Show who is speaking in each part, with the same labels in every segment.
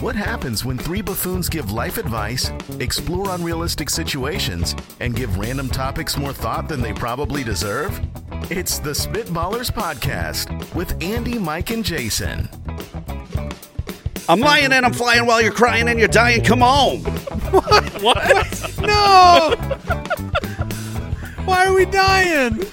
Speaker 1: What happens when three buffoons give life advice, explore unrealistic situations, and give random topics more thought than they probably deserve? It's the Spitballers Podcast with Andy, Mike, and Jason.
Speaker 2: I'm lying and I'm flying while you're crying and you're dying. Come on.
Speaker 3: What?
Speaker 4: No! Why are we dying?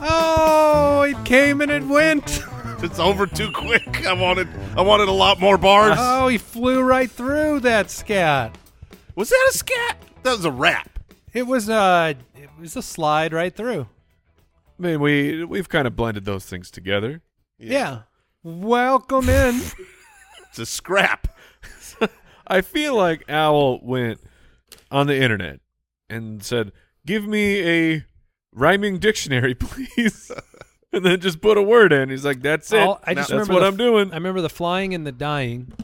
Speaker 4: Oh, it came and it went.
Speaker 3: it's over too quick. I wanted I wanted a lot more bars.
Speaker 2: Uh-huh.
Speaker 4: Oh, he flew right through that scat.
Speaker 3: was that a scat? That was a rap.
Speaker 4: It was uh it was a slide right through.
Speaker 5: I mean, we we've kind of blended those things together.
Speaker 4: Yeah. Welcome in.
Speaker 3: It's a scrap.
Speaker 5: I feel like Owl went on the internet and said, "Give me a rhyming dictionary, please," and then just put a word in. He's like, "That's it.
Speaker 4: All- I just
Speaker 5: That's
Speaker 4: remember
Speaker 5: what
Speaker 4: the-
Speaker 5: I'm doing."
Speaker 4: I remember the flying and the dying.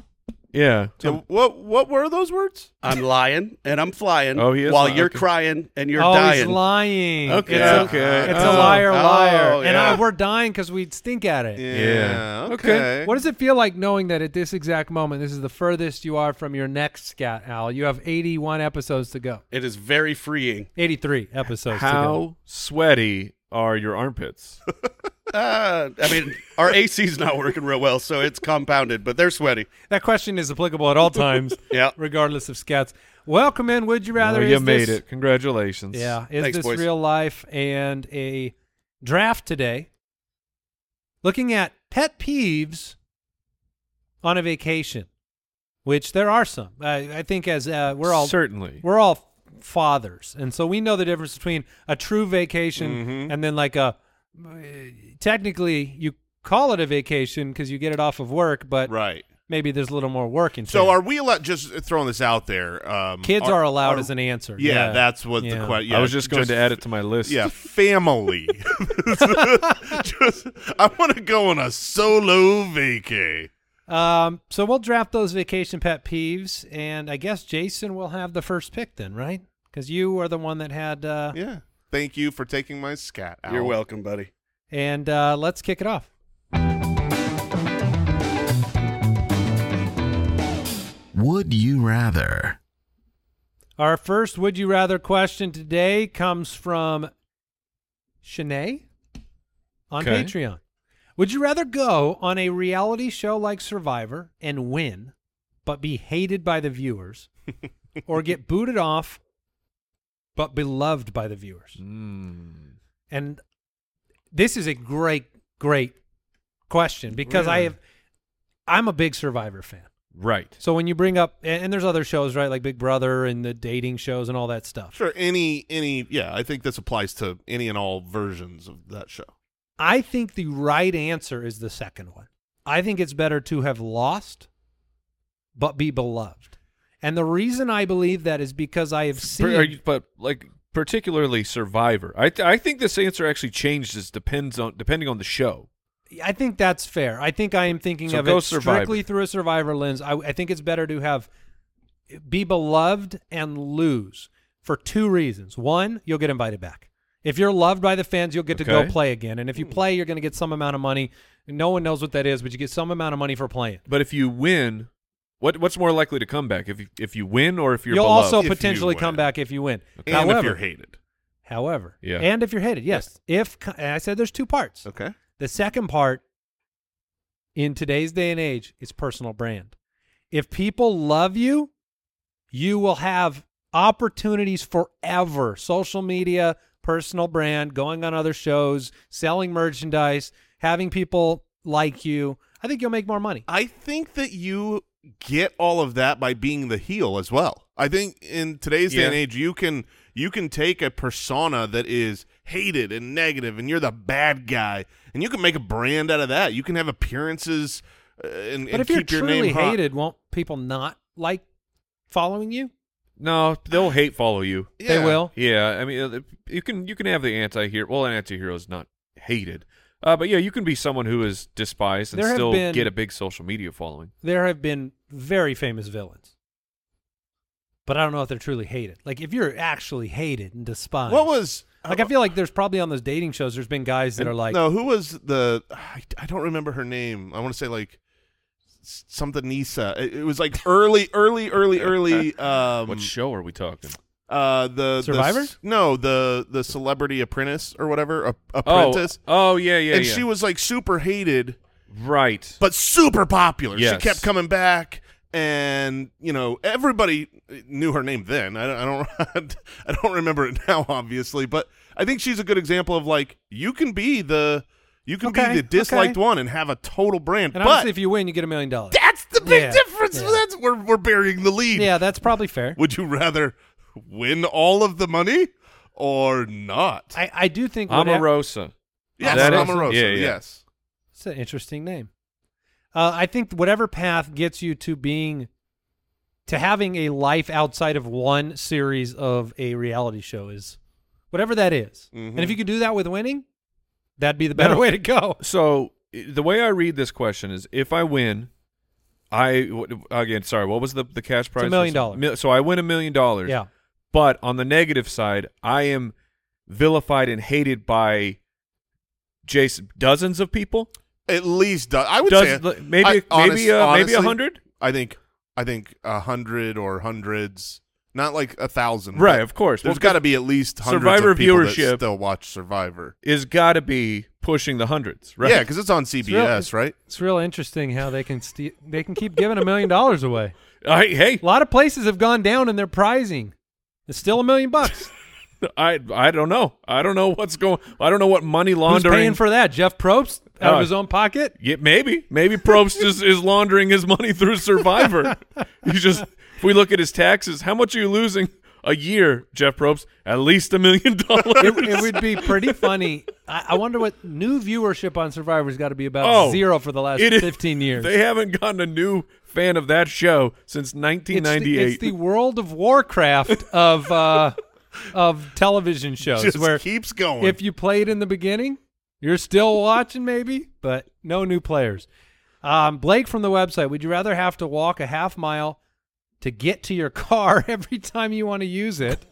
Speaker 5: yeah.
Speaker 3: Yeah, what what were those words?
Speaker 2: I'm lying and I'm flying
Speaker 5: Oh, he is
Speaker 2: while
Speaker 5: lying.
Speaker 2: you're
Speaker 5: Okay.
Speaker 2: crying and you're
Speaker 4: oh, he's
Speaker 2: dying.
Speaker 4: lying.
Speaker 5: Okay.
Speaker 4: It's,
Speaker 3: Yeah.
Speaker 4: a,
Speaker 5: okay.
Speaker 4: it's
Speaker 5: oh.
Speaker 4: a liar, liar.
Speaker 3: Oh,
Speaker 4: And
Speaker 3: yeah.
Speaker 4: I, we're dying because we stink at it.
Speaker 5: Yeah. Okay.
Speaker 4: What does it feel like knowing that at this exact moment, this is the furthest you are from your next scat, Al? You have 81 episodes to go.
Speaker 2: It is very freeing.
Speaker 4: 83 episodes to go.
Speaker 5: How sweaty are your armpits?
Speaker 3: Ah.
Speaker 2: Uh, I mean, our AC's not working real well, so it's compounded, but they're sweaty.
Speaker 4: That question is applicable at all times,
Speaker 2: Yeah.
Speaker 4: regardless of scats. Welcome in. Would you rather?
Speaker 5: Oh, you
Speaker 4: Is
Speaker 5: made
Speaker 4: this-
Speaker 5: it. Congratulations.
Speaker 4: Yeah. Is
Speaker 2: Thanks,
Speaker 4: this
Speaker 2: boys.
Speaker 4: real life and a draft today? Looking at pet peeves on a vacation, which there are some. I, I think as uh, we're all
Speaker 5: certainly.
Speaker 4: we're all fathers, and so we know the difference between a true vacation
Speaker 3: Mm-hmm.
Speaker 4: and then like a. uh, Technically, you call it a vacation because you get it off of work, but
Speaker 3: Right.
Speaker 4: maybe there's a little more work involved.
Speaker 3: So are we allowed? Just throwing this out there. Um,
Speaker 4: kids are, allowed as an answer?
Speaker 3: Yeah, that's what
Speaker 4: Yeah.
Speaker 3: the question. Yeah,
Speaker 5: I was just going to add it to my list.
Speaker 3: Yeah, family. just, I want to go on a solo vacay.
Speaker 4: Um, so we'll draft those vacation pet peeves, and I guess Jason will have the first pick then, right? Because you are the one that had. Uh,
Speaker 3: Yeah. Thank you for taking my scat. Owl.
Speaker 2: You're welcome, buddy.
Speaker 4: And uh, let's kick it off.
Speaker 1: Would you rather?
Speaker 4: Our first would you rather question today comes from Shanae on
Speaker 5: Okay.
Speaker 4: Patreon. Would you rather go on a reality show like Survivor and win, but be hated by the viewers, or get booted off, but beloved by the viewers?
Speaker 5: Mm.
Speaker 4: And this is a great, great question because I
Speaker 5: Really?
Speaker 4: have, I'm a big Survivor fan.
Speaker 5: Right.
Speaker 4: So when you bring up, and, and there's other shows, right, like Big Brother and the dating shows and all that stuff.
Speaker 3: Sure. Any any yeah, I think this applies to any and all versions of that show.
Speaker 4: I think the right answer is the second one. I think it's better to have lost, but be beloved. And the reason I believe that is because I have
Speaker 5: Per- are
Speaker 4: seen.
Speaker 5: you- but like particularly Survivor, I th- I think this answer actually changes depends on depending on the show.
Speaker 4: I think that's fair. I think I am thinking
Speaker 5: So
Speaker 4: of
Speaker 5: go
Speaker 4: it strictly
Speaker 5: Survivor.
Speaker 4: through a survivor lens. I, I think it's better to have be beloved and lose for two reasons. One, you'll get invited back. If you're loved by the fans, you'll get to go
Speaker 5: Okay. Hmm.
Speaker 4: play again. And if you play, you're going to get some amount of money. No one knows what that is, but you get some amount of money for playing.
Speaker 5: But if you win, what what's more likely to come back if you, if you win or if you're
Speaker 4: You'll
Speaker 5: beloved?
Speaker 4: also
Speaker 3: if you
Speaker 4: potentially come
Speaker 3: win.
Speaker 4: back if you win.
Speaker 3: And
Speaker 4: However,
Speaker 3: if you're hated.
Speaker 4: however,
Speaker 5: Yeah.
Speaker 4: and if you're hated, yes. If and I said there's two parts.
Speaker 3: Okay.
Speaker 4: The second part in today's day and age is personal brand. If people love you, you will have opportunities forever. Social media, personal brand, going on other shows, selling merchandise, having people like you. I think you'll make more money.
Speaker 3: I think that you get all of that by being the heel as well. I think in today's day and
Speaker 5: Yeah.
Speaker 3: age you can you can take a persona that is hated and negative and you're the bad guy and you can make a brand out of that. You can have appearances uh, and,
Speaker 4: But
Speaker 3: and
Speaker 4: if you're
Speaker 3: keep your
Speaker 4: truly
Speaker 3: name hot.
Speaker 4: hated, won't people not like following you?
Speaker 5: no, they'll hate follow you.
Speaker 4: They
Speaker 3: Yeah.
Speaker 4: will.
Speaker 5: Yeah, I mean uh, you can you can have the anti-hero. Well, an anti-hero is not hated. Uh, but yeah, you can be someone who is despised and
Speaker 4: There have
Speaker 5: still
Speaker 4: been-
Speaker 5: get a big social media following.
Speaker 4: there have been very famous villains, but I don't know if they're truly hated. Like if you're actually hated and despised.
Speaker 3: What was
Speaker 4: Like I feel like there's probably on those dating shows. There's been guys that
Speaker 3: And-
Speaker 4: are like,
Speaker 3: no who was the I, I don't remember her name i want to say like s- something Nisa. It, it was like early, early, early, early. Um,
Speaker 5: What show are we talking?
Speaker 3: uh, the the
Speaker 4: Survivor?
Speaker 3: s- no, the the Celebrity Apprentice or whatever a, Apprentice.
Speaker 5: Oh, oh yeah, yeah,
Speaker 3: and
Speaker 5: yeah.
Speaker 3: she was like super hated,
Speaker 5: right.
Speaker 3: but super popular. She
Speaker 5: Yes.
Speaker 3: kept coming back, and you know everybody knew her name then. I don't, I don't, I don't remember it now, obviously. But I think she's a good example of like you can be the you can
Speaker 4: Okay,
Speaker 3: be the disliked
Speaker 4: okay.
Speaker 3: one and have a total brand.
Speaker 4: And
Speaker 3: but
Speaker 4: honestly, if you win, you get a million dollars.
Speaker 3: that's the big
Speaker 4: Yeah,
Speaker 3: difference.
Speaker 4: yeah.
Speaker 3: That's we're we're burying the lead.
Speaker 4: Yeah, that's probably fair.
Speaker 3: Would you rather win all of the money or not?
Speaker 4: I, I do think what hap-
Speaker 5: Omarosa.
Speaker 3: yes,
Speaker 5: that is-
Speaker 3: Omarosa.
Speaker 5: yeah, yeah.
Speaker 3: Yes.
Speaker 4: It's an interesting name. Uh, I think whatever path gets you to being, to having a life outside of one series of a reality show is, whatever that is. And
Speaker 3: Mm-hmm.
Speaker 4: if you could do that with winning, that'd be the better
Speaker 5: No.
Speaker 4: way to go.
Speaker 5: So i- the way I read this question is, if I win, I w- again, sorry, what was the the cash prize?
Speaker 4: million
Speaker 5: for-
Speaker 4: dollars.
Speaker 5: mil- So I win a million dollars.
Speaker 4: Yeah.
Speaker 5: But on the negative side, I am vilified and hated by Jason dozens of people.
Speaker 3: At least do- I would
Speaker 5: Does
Speaker 3: say
Speaker 5: li- maybe
Speaker 3: I-
Speaker 5: maybe
Speaker 3: honest-
Speaker 5: uh, maybe a
Speaker 3: honestly,
Speaker 5: hundred?
Speaker 3: I think I think a hundred or hundreds, not like a thousand.
Speaker 5: Right,
Speaker 3: but
Speaker 5: of course.
Speaker 3: There's
Speaker 5: Well,
Speaker 3: got to be at least hundreds
Speaker 5: Survivor
Speaker 3: of people
Speaker 5: viewership-
Speaker 3: that still watch Survivor.
Speaker 5: Is got to be pushing the hundreds, right?
Speaker 3: Yeah, because it's on CBS,
Speaker 4: it's-
Speaker 3: right?
Speaker 4: It's real interesting how they can st- they can keep giving a million dollars away.
Speaker 5: I, hey,
Speaker 4: A lot of places have gone down in their prizing. It's still a million bucks.
Speaker 5: I I don't know. I don't know what's going. I don't know what money
Speaker 4: Who's
Speaker 5: laundering.
Speaker 4: paying for that? Jeff Probst out
Speaker 5: Uh,
Speaker 4: of his own pocket.
Speaker 5: Yeah, maybe. Maybe Probst is, is laundering his money through Survivor. He's just if we look at his taxes, how much are you losing a year, Jeff Probst? At least a million
Speaker 4: It, it
Speaker 5: dollars.
Speaker 4: would be pretty funny. I, I wonder what new viewership on Survivor's got to be about
Speaker 5: Oh,
Speaker 4: zero for the last
Speaker 5: It is-
Speaker 4: 15 years.
Speaker 5: They haven't gotten a new fan of that show since nineteen
Speaker 4: it's,
Speaker 5: ninety
Speaker 4: the, it's
Speaker 5: eight.
Speaker 4: the World of Warcraft of uh, of television shows
Speaker 3: Just
Speaker 4: where
Speaker 3: keeps going.
Speaker 4: if you played in the beginning, you're still watching maybe, but no new players. Um, Blake from the website, would you rather have to walk a half mile to get to your car every time you want to use it?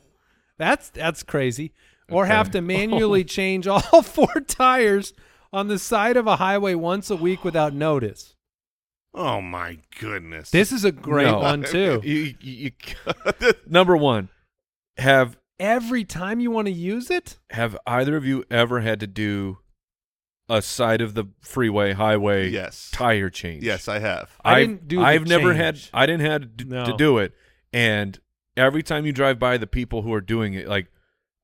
Speaker 4: That's that's crazy. Or have to manually change all four tires on the side of a highway once a week without notice.
Speaker 3: oh my goodness!
Speaker 4: This is a great
Speaker 5: No.
Speaker 4: one too.
Speaker 5: You- you- you- number one, have
Speaker 4: Every time you want to use it?
Speaker 5: have either of you ever had to do a side of the freeway highway
Speaker 3: Yes.
Speaker 5: tire change?
Speaker 3: yes, I have.
Speaker 4: I
Speaker 5: I've-
Speaker 4: didn't do the
Speaker 5: I've never had.
Speaker 4: change.
Speaker 5: I didn't had d-
Speaker 4: No.
Speaker 5: to do it, and every time you drive by the people who are doing it, like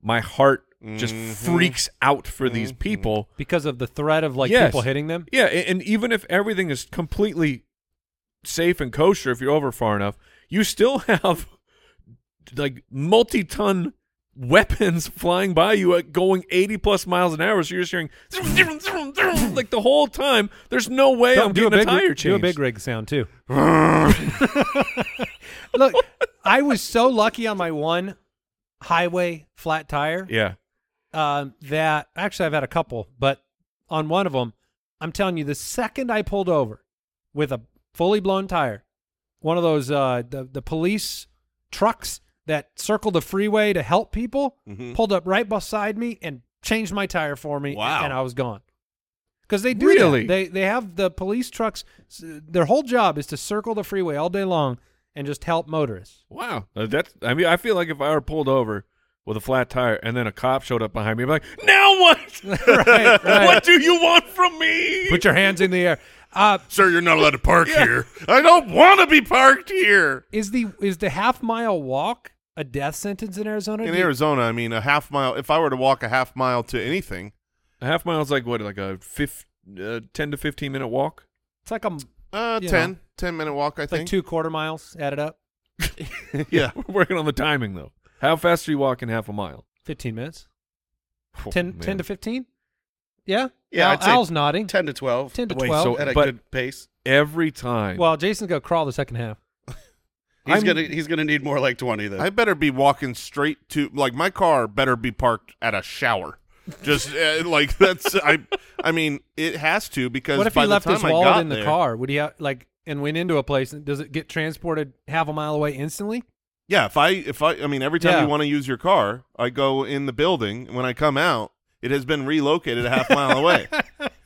Speaker 5: my heart just
Speaker 3: Mhm.
Speaker 5: freaks out for these people.
Speaker 4: Because of the threat of like
Speaker 5: Yes.
Speaker 4: people hitting them?
Speaker 5: Yeah, a- and even if everything is completely safe and kosher, if you're over far enough, you still have like multi-ton weapons flying by you at going 80 plus miles an hour. So you're just hearing like the whole time. There's no way
Speaker 4: Don't
Speaker 5: I'm getting a,
Speaker 4: big,
Speaker 5: tire change.
Speaker 4: Do a big rig sound too. Look, I was so lucky on my one highway flat tire
Speaker 5: yeah.
Speaker 4: um, that actually I've had a couple, but on one of them, I'm telling you, the second I pulled over with a fully blown tire, one of those uh, the the police trucks that circle the freeway to help people pulled up right beside me and changed my tire for me,
Speaker 3: Wow.
Speaker 4: and I was gone. Because they do that.
Speaker 5: Really?
Speaker 4: They they have the police trucks. s- Their whole job is to circle the freeway all day long and just help motorists.
Speaker 5: Wow, Uh, that's. I mean, I feel like if I were pulled over with a flat tire and then a cop showed up behind me, I'd be like, "Now what?
Speaker 4: right,
Speaker 5: What do you want from me?"
Speaker 4: Put your hands in the air. Uh,
Speaker 3: Sir, you're not allowed to park here. I don't want to be parked here.
Speaker 4: is the is the half mile walk a death sentence in Arizona?
Speaker 3: In
Speaker 4: Do you-
Speaker 3: Arizona, I mean, a half mile. If I were to walk a half mile to anything,
Speaker 5: a half mile's like what, like a fif- uh, ten to fifteen minute walk.
Speaker 4: It's like a it's
Speaker 3: uh,
Speaker 4: You
Speaker 3: 10,
Speaker 4: know.
Speaker 3: 10 minute walk, I
Speaker 4: like
Speaker 3: think.
Speaker 4: two quarter miles added up.
Speaker 3: yeah.
Speaker 5: We're working on the timing though. How fast are you walking half a mile?
Speaker 4: Fifteen minutes.
Speaker 5: Oh,
Speaker 4: 10,
Speaker 5: man.
Speaker 4: 10 to fifteen. Yeah.
Speaker 2: Yeah,
Speaker 4: Al,
Speaker 2: I'd say
Speaker 4: Al's nodding.
Speaker 2: 10 to 12.
Speaker 4: 10 to
Speaker 5: Wait,
Speaker 4: 12.
Speaker 5: so-
Speaker 2: at a
Speaker 5: but-
Speaker 2: good pace.
Speaker 5: every time.
Speaker 4: well, Jason's gonna crawl the second half.
Speaker 2: He's
Speaker 5: I'm-
Speaker 2: gonna he's gonna need more like 20 then.
Speaker 3: I better be walking straight to like my car better be parked at a shower. Just uh, like that's I I mean it has to because
Speaker 4: What if
Speaker 3: by
Speaker 4: he
Speaker 3: the
Speaker 4: left
Speaker 3: time
Speaker 4: his
Speaker 3: I
Speaker 4: wallet
Speaker 3: got
Speaker 4: in the
Speaker 3: there-
Speaker 4: car? Would he have, like and went into a place? And does it get transported half a mile away instantly?
Speaker 3: Yeah, if I if I I mean every time
Speaker 4: Yeah.
Speaker 3: you want to use your car, I go in the building. When I come out, it has been relocated a half mile away.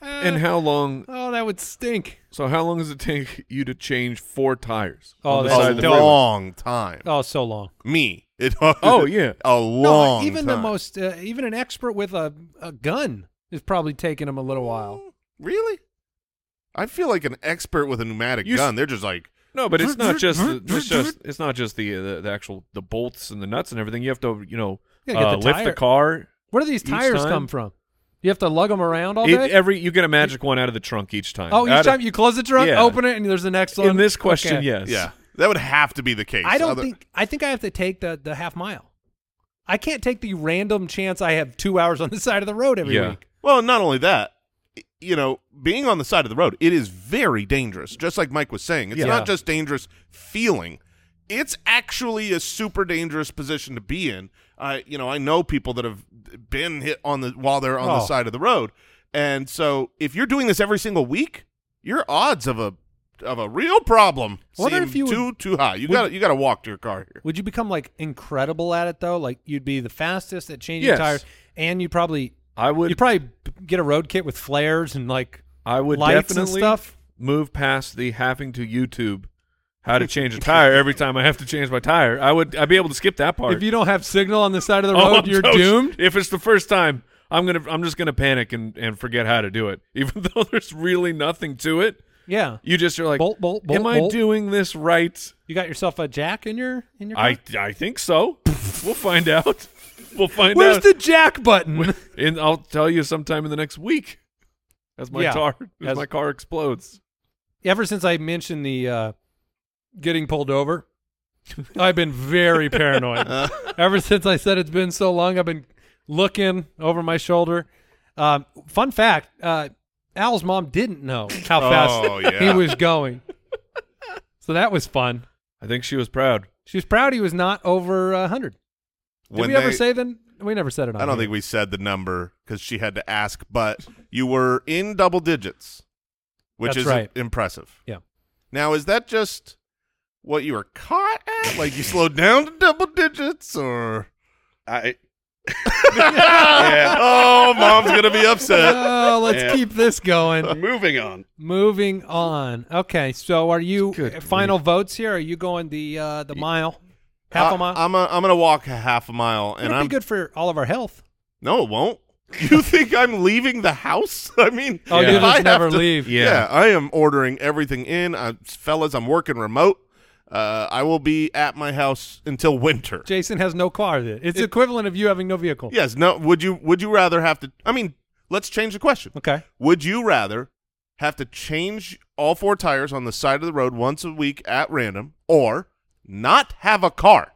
Speaker 5: and how long?
Speaker 4: Oh, that would stink.
Speaker 5: So how long does it take you to change four tires?
Speaker 4: Oh,
Speaker 5: on the
Speaker 4: that's
Speaker 5: side
Speaker 3: a
Speaker 5: of the
Speaker 4: dope.
Speaker 5: freeway?
Speaker 3: long time.
Speaker 4: Oh, so long.
Speaker 3: Me. It,
Speaker 5: Oh yeah.
Speaker 3: a long.
Speaker 4: no, even the
Speaker 3: time.
Speaker 4: most, uh, even an expert with a, a gun is probably taking him a little while.
Speaker 3: Really? I feel like an expert with a pneumatic
Speaker 5: You s-
Speaker 3: gun. They're just like,
Speaker 5: No, but it's not just the, it's just it's not just the, uh, the the actual the bolts and the nuts and everything. You have to you know
Speaker 4: You gotta get
Speaker 5: uh,
Speaker 4: the
Speaker 5: lift
Speaker 4: tire.
Speaker 5: the car.
Speaker 4: Where do these
Speaker 5: Each
Speaker 4: tires
Speaker 5: time?
Speaker 4: come from? You have to lug them around all
Speaker 5: It-
Speaker 4: day.
Speaker 5: every you get a magic one out of the trunk each time.
Speaker 4: oh,
Speaker 5: Out
Speaker 4: each
Speaker 5: of-
Speaker 4: time you close the trunk,
Speaker 5: Yeah.
Speaker 4: open it, and there's the next one.
Speaker 5: in this question,
Speaker 4: Okay.
Speaker 5: yes.
Speaker 3: yeah, that would have to be the case.
Speaker 4: I don't
Speaker 3: Other-
Speaker 4: think. I think I have to take the the half mile. I can't take the random chance I have two hours on the side of the road every
Speaker 5: Yeah.
Speaker 4: week.
Speaker 3: Well, not only that, y- you know, being on the side of the road, it is very dangerous. Just like Mike was saying, it's
Speaker 4: Yeah.
Speaker 3: not just dangerous feeling; it's actually a super dangerous position to be in. I, you know, I know people that have been hit on the while they're on the
Speaker 4: Oh.
Speaker 3: side of the road, and so if you're doing this every single week, your odds of a of a real problem
Speaker 4: Wonder
Speaker 3: seem
Speaker 4: if you would-
Speaker 3: too too high. You got to you got to walk to your car here.
Speaker 4: Would you become like incredible at it though? Like you'd be the fastest at changing
Speaker 5: Yes.
Speaker 4: tires, and you probably
Speaker 5: I would
Speaker 4: you'd probably b- get a road kit with flares and like
Speaker 5: I would
Speaker 4: lights and
Speaker 5: definitely
Speaker 4: stuff.
Speaker 5: move past the having to YouTube how to change a tire every time I have to change my tire. I would I'd be able to skip that part.
Speaker 4: If you don't have signal on the side of the
Speaker 5: Oh,
Speaker 4: road,
Speaker 5: I'm
Speaker 4: you're
Speaker 5: toast.
Speaker 4: doomed.
Speaker 5: If it's the first time, I'm gonna I'm just gonna panic and, and forget how to do it, even though there's really nothing to it.
Speaker 4: Yeah,
Speaker 5: You just are like,
Speaker 4: Bolt, bolt, bolt,
Speaker 5: am I
Speaker 4: bolt."
Speaker 5: doing this right?
Speaker 4: you got yourself a jack in your in your.
Speaker 5: I
Speaker 4: car?
Speaker 5: I think so. we'll find out. We'll find
Speaker 4: Where's
Speaker 5: out.
Speaker 4: the jack button?
Speaker 5: and I'll tell you sometime in the next week. As my
Speaker 4: Yeah.
Speaker 5: car, as,
Speaker 4: As-
Speaker 5: my car explodes.
Speaker 4: ever since I mentioned the uh, getting pulled over, I've been very paranoid.
Speaker 3: Uh.
Speaker 4: ever since I said it's been so long, I've been looking over my shoulder. Um, fun fact: uh, Al's mom didn't know how fast
Speaker 3: Oh, yeah.
Speaker 4: he was going, so that was fun.
Speaker 5: I think she was proud.
Speaker 4: She was proud he was not over a hundred. Did
Speaker 3: When
Speaker 4: we ever
Speaker 3: they-
Speaker 4: say then? We never said it. On
Speaker 3: I don't
Speaker 4: here.
Speaker 3: think we said the number because she had to ask, but you were in double digits, which
Speaker 4: That's
Speaker 3: is
Speaker 4: right.
Speaker 3: impressive.
Speaker 4: Yeah.
Speaker 3: Now, is that just what you were caught at? Like you slowed down to double digits, or
Speaker 2: I
Speaker 3: oh, mom's gonna be upset.
Speaker 4: Oh, let's
Speaker 2: Yeah.
Speaker 4: keep this going.
Speaker 2: moving on.
Speaker 4: Moving on. Okay, so are you
Speaker 5: Good
Speaker 4: final votes here? Are you going the uh, the mile, half
Speaker 3: I-
Speaker 4: a mile?
Speaker 3: I'm a, I'm gonna walk a half a mile, and
Speaker 4: It'll
Speaker 3: I'm
Speaker 4: be good for all of our health.
Speaker 3: no, it won't. You think I'm leaving the house? I mean,
Speaker 4: Oh,
Speaker 3: if
Speaker 4: you
Speaker 3: I
Speaker 4: just
Speaker 3: have
Speaker 4: never
Speaker 3: to-
Speaker 4: leave.
Speaker 5: Yeah.
Speaker 3: Yeah. I am ordering everything in. I, fellas, I'm working remote. Uh, I will be at my house until winter.
Speaker 4: Jason has no car. Then it's equivalent of you having no vehicle.
Speaker 3: yes. No. Would you? Would you rather have to? I mean, let's change the question.
Speaker 4: Okay.
Speaker 3: Would you rather have to change all four tires on the side of the road once a week at random, or not have a car?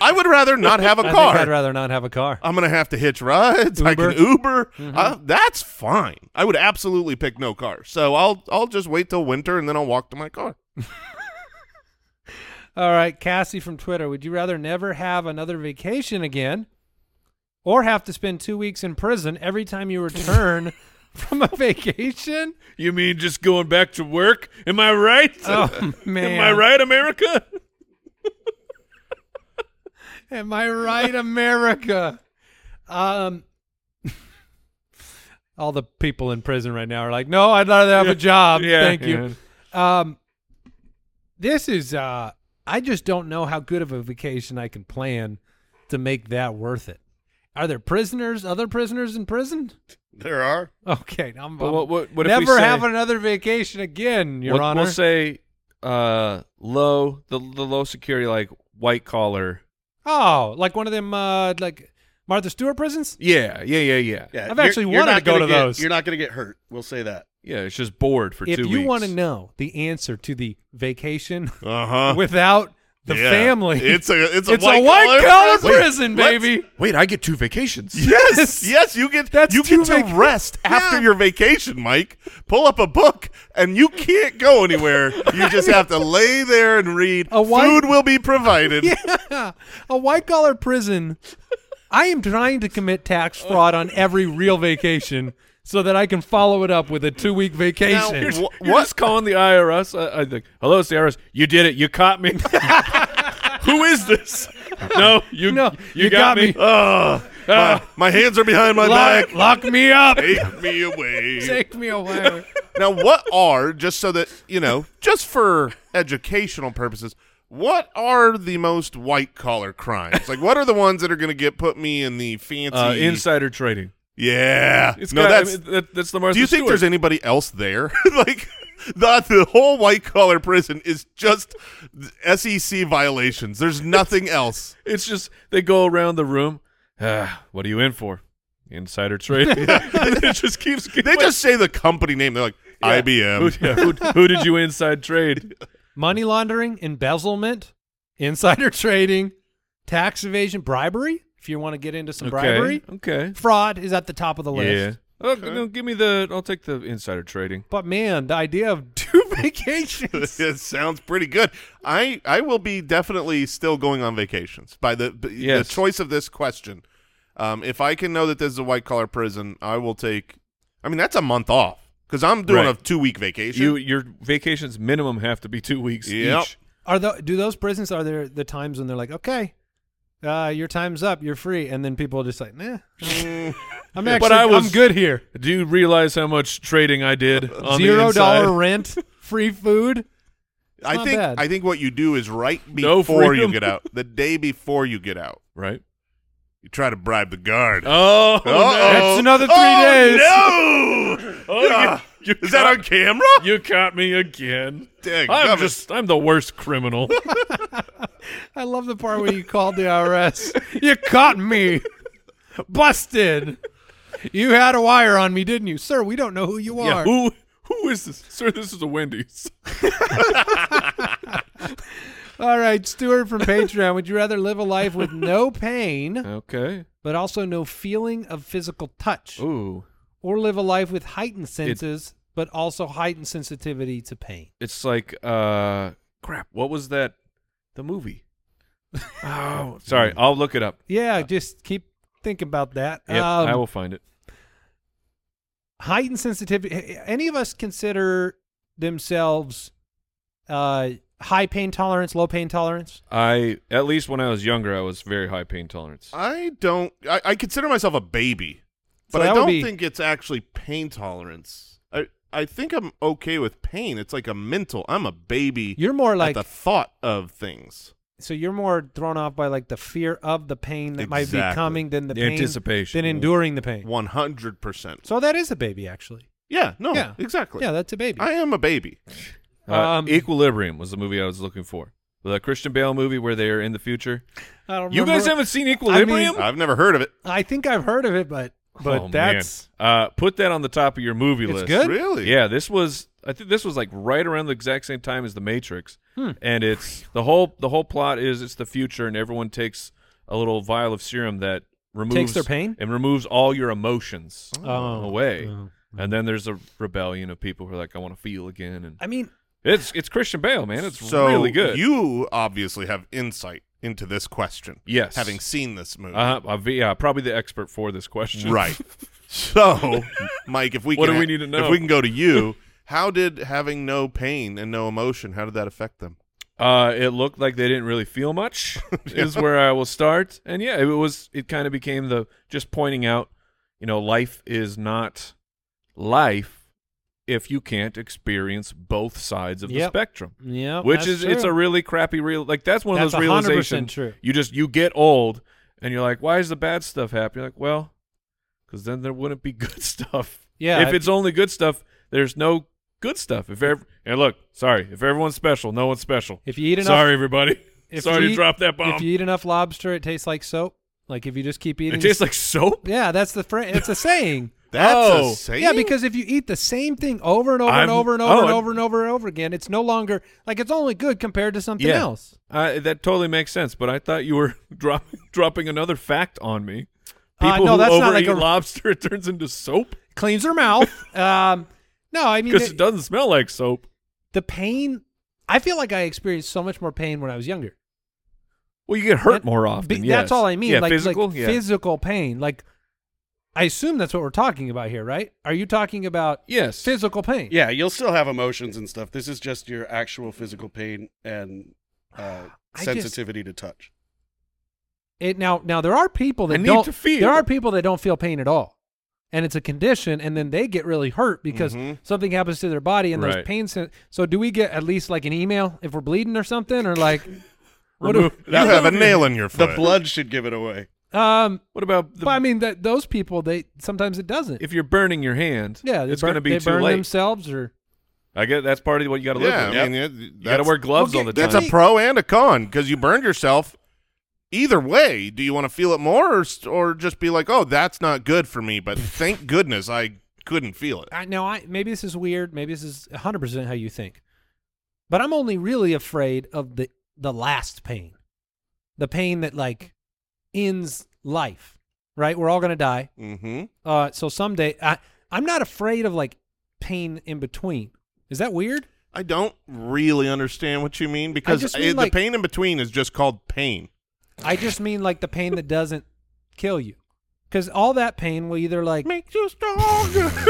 Speaker 3: I would rather not have a
Speaker 4: I
Speaker 3: car.
Speaker 4: think I'd rather not have a car.
Speaker 3: I'm gonna have to hitch rides. I can Uber. Uh, that's fine. I would absolutely pick no car. So I'll I'll just wait till winter and then I'll walk to my car.
Speaker 4: All right, Cassie from Twitter. Would you rather never have another vacation again, or have to spend two weeks in prison every time you return from a vacation?
Speaker 5: You mean just going back to work? Am I right?
Speaker 4: Oh man,
Speaker 5: Am I right, America?
Speaker 4: Am I right, America? Um, all the people in prison right now are like, "No, I'd rather have a job. Thank you." Um, this is. Uh, I just don't know how good of a vacation I can plan to make that worth it. Are there prisoners, other prisoners in prison?
Speaker 2: There are.
Speaker 4: Okay, I'm,
Speaker 5: But
Speaker 4: I'm-
Speaker 5: what- what- what if
Speaker 4: never
Speaker 5: we say-
Speaker 4: have another vacation again, Your
Speaker 5: we'll,
Speaker 4: Honor.
Speaker 5: We'll say uh, low, the the low security, like white collar.
Speaker 4: oh, like one of them, uh, like Martha Stewart prisons.
Speaker 5: Yeah, yeah, yeah, yeah, yeah.
Speaker 2: Yeah,
Speaker 4: I've
Speaker 2: you're-
Speaker 4: actually
Speaker 2: you're
Speaker 4: wanted
Speaker 2: not
Speaker 4: to go
Speaker 2: gonna
Speaker 4: to
Speaker 2: get-
Speaker 4: those.
Speaker 2: You're not going to get hurt. We'll say that.
Speaker 5: it's just bored for
Speaker 4: if
Speaker 5: two
Speaker 4: you
Speaker 5: weeks.
Speaker 4: want to know the answer to the vacation
Speaker 3: Uh huh.
Speaker 4: Uh-huh. without the
Speaker 3: Yeah.
Speaker 4: family,
Speaker 3: It's a it's a
Speaker 4: It's a
Speaker 3: white,
Speaker 4: white collar prison,
Speaker 3: Let's-
Speaker 4: baby.
Speaker 5: wait, I get two vacations.
Speaker 3: Yes, yes, you get
Speaker 4: That's
Speaker 3: you
Speaker 4: two
Speaker 3: get to
Speaker 4: vac-
Speaker 3: rest after
Speaker 4: Yeah.
Speaker 3: your vacation, Mike. Pull up a book, and you can't go anywhere. you just have to lay there and read.
Speaker 4: A white-
Speaker 3: Food will be provided.
Speaker 4: Yeah. a white collar prison. I am trying to commit tax fraud on every real vacation so that I can follow it up with a two week vacation.
Speaker 3: Now, wh-
Speaker 5: You're
Speaker 3: what?
Speaker 5: just calling the IRS. I, I think, hello, it's the IRS. You did it. You caught me. Who is this? No, you
Speaker 4: No,
Speaker 5: you, got, me.
Speaker 3: Ugh.
Speaker 4: Ah.
Speaker 3: my, my hands are behind my
Speaker 4: Lock,
Speaker 3: back.
Speaker 4: lock me up.
Speaker 3: Take me away.
Speaker 4: Take me away.
Speaker 3: Now, what are just so that you know, just for educational purposes, what are the most white collar crimes? Like, what are the ones that are going to get put me in the fancy?
Speaker 5: Uh, insider trading.
Speaker 3: yeah,
Speaker 5: It's
Speaker 3: no,
Speaker 5: got- I
Speaker 3: that's.
Speaker 5: mean, that, that's the Martha
Speaker 3: do you think
Speaker 5: Stewart.
Speaker 3: there's anybody else there? like, the the whole white collar prison is just SEC violations. There's nothing else.
Speaker 5: It's just they go around the room. Ah, what are you in for? Insider trading. it just keeps.
Speaker 3: They just say the company name. They're like
Speaker 5: Who,
Speaker 3: IBM.
Speaker 5: yeah, who, who did you inside trade?
Speaker 4: Money laundering, embezzlement, insider trading, tax evasion, bribery. If you want to get into some bribery,
Speaker 5: Okay.
Speaker 4: fraud is at the top of the list.
Speaker 5: Yeah. Oh, no, give me the. I'll take the insider trading.
Speaker 4: But man, the idea of two vacations.
Speaker 3: it sounds pretty good. I I will be definitely still going on vacations by the b-
Speaker 5: Yes.
Speaker 3: the choice of this question. Um, if I can know that this is a white collar prison, I will take. I mean, that's a month off because I'm doing
Speaker 5: Right.
Speaker 3: a two week vacation.
Speaker 5: You your vacations minimum have to be two weeks
Speaker 3: Yep.
Speaker 5: each.
Speaker 4: Are the do those prisons are there the times when they're like, okay, uh, your time's up, you're free, and then people are just like, nah, I'm actually,
Speaker 5: But I was-
Speaker 4: I'm good here.
Speaker 5: Do you realize how much trading I did? On the
Speaker 4: Zero
Speaker 5: inside?
Speaker 4: dollar rent, free food.
Speaker 3: I
Speaker 4: not
Speaker 3: think
Speaker 4: bad.
Speaker 3: I think what you do is right
Speaker 5: No
Speaker 3: before you
Speaker 5: freedom.
Speaker 3: get out, the day before you get out,
Speaker 5: Right.
Speaker 3: you try to bribe the guard.
Speaker 5: Oh,
Speaker 3: Uh-oh.
Speaker 4: That's another
Speaker 3: three
Speaker 4: three days.
Speaker 3: No,
Speaker 5: Oh, you-
Speaker 3: Ah,
Speaker 5: you
Speaker 3: is that
Speaker 5: got-
Speaker 3: on camera?
Speaker 5: you caught me again.
Speaker 3: Dang,
Speaker 5: I'm
Speaker 3: gummit.
Speaker 5: just I'm the worst criminal.
Speaker 4: I love the part where you called the IRS. You caught me. Busted. You had a wire on me, didn't you? Sir, we don't know who you
Speaker 5: yeah,
Speaker 4: are.
Speaker 5: who who is this? Sir, this is a Wendy's.
Speaker 4: All right, Stuart from Patreon. Would you rather live a life with no pain,
Speaker 5: Okay.
Speaker 4: but also no feeling of physical touch,
Speaker 5: Ooh.
Speaker 4: or live a life with heightened senses, but also heightened sensitivity to pain?
Speaker 5: It's like uh crap, what was that the movie? oh, sorry. I'll look it up.
Speaker 4: Yeah, just keep thinking about that.
Speaker 5: Uh, Yep,
Speaker 4: Um,
Speaker 5: I will find it.
Speaker 4: heightened sensitivity. a- Any of us consider themselves uh, high pain tolerance, low pain tolerance?
Speaker 5: I at least when I was younger, I was very high pain tolerance. Uh,
Speaker 3: I don't. I, I consider myself a baby,
Speaker 4: So
Speaker 3: but I
Speaker 4: that would
Speaker 3: don't
Speaker 4: be-
Speaker 3: think it's actually pain tolerance. I I think I'm okay with pain. It's like a mental. I'm a baby.
Speaker 4: You're more
Speaker 3: at
Speaker 4: like
Speaker 3: the thought of things.
Speaker 4: so you're more thrown off by like the fear of the pain that might be
Speaker 3: Exactly.
Speaker 4: coming than the,
Speaker 5: The
Speaker 4: pain
Speaker 5: anticipation.
Speaker 4: than enduring the pain.
Speaker 3: One hundred percent.
Speaker 4: So that is a baby, actually.
Speaker 3: Yeah. No.
Speaker 4: Yeah.
Speaker 3: Exactly.
Speaker 4: Yeah, that's a baby.
Speaker 3: I am a baby.
Speaker 5: Uh,
Speaker 4: Um,
Speaker 5: Equilibrium was the movie I was looking for. The Christian Bale movie where they are in the future.
Speaker 4: I don't
Speaker 5: You
Speaker 4: remember-
Speaker 5: guys haven't seen Equilibrium?
Speaker 3: I've never heard of it.
Speaker 4: I think I've heard of it, but but
Speaker 5: Oh, man.
Speaker 4: that's
Speaker 5: uh, put that on the top of your movie
Speaker 4: It's
Speaker 5: list.
Speaker 4: good?
Speaker 3: Really?
Speaker 5: Yeah, this was I think this was like right around the exact same time as The Matrix,
Speaker 4: Hmm.
Speaker 5: and it's the whole the whole plot is it's the future and everyone takes a little vial of serum that removes
Speaker 4: their pain?
Speaker 5: and removes all your emotions
Speaker 4: Oh.
Speaker 5: away.
Speaker 4: Oh.
Speaker 5: And then there's a rebellion of people who are like, I want to feel again, and
Speaker 4: I mean,
Speaker 5: it's it's Christian Bale, man. It's
Speaker 3: so
Speaker 5: really good.
Speaker 3: You obviously have insight into this question.
Speaker 5: Yes.
Speaker 3: Having seen this movie.
Speaker 5: uh, I'll be- yeah, probably the expert for this question,
Speaker 3: Right. So, Mike, if we
Speaker 5: What
Speaker 3: can,
Speaker 5: do we need to know?
Speaker 3: If we can go to you, how did having no pain and no emotion? How did that affect them?
Speaker 5: Uh, it looked like they didn't really feel much. Is where I will start, and yeah, it was. It kind of became the just pointing out, you know, life is not life if you can't experience both sides of the
Speaker 4: Yep.
Speaker 5: spectrum.
Speaker 4: yeah,
Speaker 5: Which
Speaker 4: that's
Speaker 5: is it's a
Speaker 4: true.
Speaker 5: really crappy real like that's one
Speaker 4: That's
Speaker 5: of those
Speaker 4: 100%
Speaker 5: realizations.
Speaker 4: true.
Speaker 5: You just you get old and you're like, why is the bad stuff happening? You're like, well, because then there wouldn't be good stuff.
Speaker 4: Yeah,
Speaker 5: If
Speaker 4: I-
Speaker 5: it's only good stuff, there's no good stuff. If ever and look, sorry, if everyone's special, no one's special.
Speaker 4: if you eat enough
Speaker 5: sorry, everybody.
Speaker 4: if
Speaker 5: sorry
Speaker 4: you
Speaker 5: to
Speaker 4: eat-
Speaker 5: drop that
Speaker 4: If
Speaker 5: bomb.
Speaker 4: you eat enough lobster, it tastes like soap. Like if you just keep eating,
Speaker 5: it tastes like soap.
Speaker 4: yeah, that's the fra- it's a saying.
Speaker 3: That's
Speaker 5: Oh.
Speaker 3: a saying?
Speaker 4: Yeah, because if you eat the same thing over and over
Speaker 5: I'm-
Speaker 4: and over and over
Speaker 5: oh,
Speaker 4: and
Speaker 5: I-
Speaker 4: over and over and over again, it's no longer like it's only good compared to something
Speaker 5: Yeah.
Speaker 4: else.
Speaker 5: Uh, that totally makes sense. But I thought you were dropping dropping another fact on me.
Speaker 4: Uh,
Speaker 5: People
Speaker 4: no,
Speaker 5: who
Speaker 4: that's
Speaker 5: overeat
Speaker 4: not like a-
Speaker 5: lobster, it turns into soap
Speaker 4: Cleans her mouth. um, no, I mean
Speaker 5: because
Speaker 4: the,
Speaker 5: it doesn't smell like soap.
Speaker 4: the pain. I feel like I experienced so much more pain when I was younger.
Speaker 5: Well, you get hurt
Speaker 4: And-
Speaker 5: more
Speaker 4: Be-
Speaker 5: often. yes.
Speaker 4: That's all I mean.
Speaker 5: Yeah,
Speaker 4: like
Speaker 5: physical.
Speaker 4: like
Speaker 5: yeah.
Speaker 4: physical pain. Like I assume that's what we're talking about here, right? Are you talking about
Speaker 5: yes.
Speaker 4: physical pain?
Speaker 2: Yeah, you'll still have emotions and stuff. This is just your actual physical pain and uh,
Speaker 4: I just-
Speaker 2: sensitivity to touch.
Speaker 4: It now now there are people that
Speaker 5: I need
Speaker 4: don't
Speaker 5: to feel.
Speaker 4: There are people that don't feel pain at all. and it's a condition, and then they get really hurt because
Speaker 2: Mm-hmm.
Speaker 4: something happens to their body and
Speaker 5: Right.
Speaker 4: there's pain. Sen- so do we get at least like an email if we're bleeding or something, or like what? do-
Speaker 5: Remove,
Speaker 3: you have a nail in your
Speaker 2: The
Speaker 3: foot.
Speaker 2: blood should give it away.
Speaker 4: um,
Speaker 5: what about the,
Speaker 4: but I mean that those people they sometimes it doesn't.
Speaker 5: if you're burning your hand?
Speaker 4: yeah, they
Speaker 5: it's
Speaker 4: burn,
Speaker 5: going to be
Speaker 4: they
Speaker 5: too
Speaker 4: burn
Speaker 5: late.
Speaker 4: themselves or
Speaker 5: I get that's part of what you got to live
Speaker 3: yeah,
Speaker 5: with.
Speaker 3: I mean, it-
Speaker 5: you got to
Speaker 3: that's-
Speaker 5: wear gloves
Speaker 4: Well,
Speaker 5: all the time.
Speaker 3: That's a pro and a con because you burned yourself. Either way, do you want to feel it more or, s- or just be like, oh, that's not good for me, but thank goodness I couldn't feel it?
Speaker 4: I know I maybe this is weird, maybe this is 100% how you think. But I'm only really afraid of the the last pain. The pain that like ends life, right? We're all going to die.
Speaker 3: Mm-hmm.
Speaker 4: Uh so someday I I'm not afraid of like pain in between. Is that weird?
Speaker 3: I don't really understand what you mean because
Speaker 4: just
Speaker 3: I-
Speaker 4: mean, like-
Speaker 3: the pain in between is just called pain.
Speaker 4: I just mean like the pain that doesn't kill you. Cuz all that pain will either like
Speaker 3: Makes you stronger.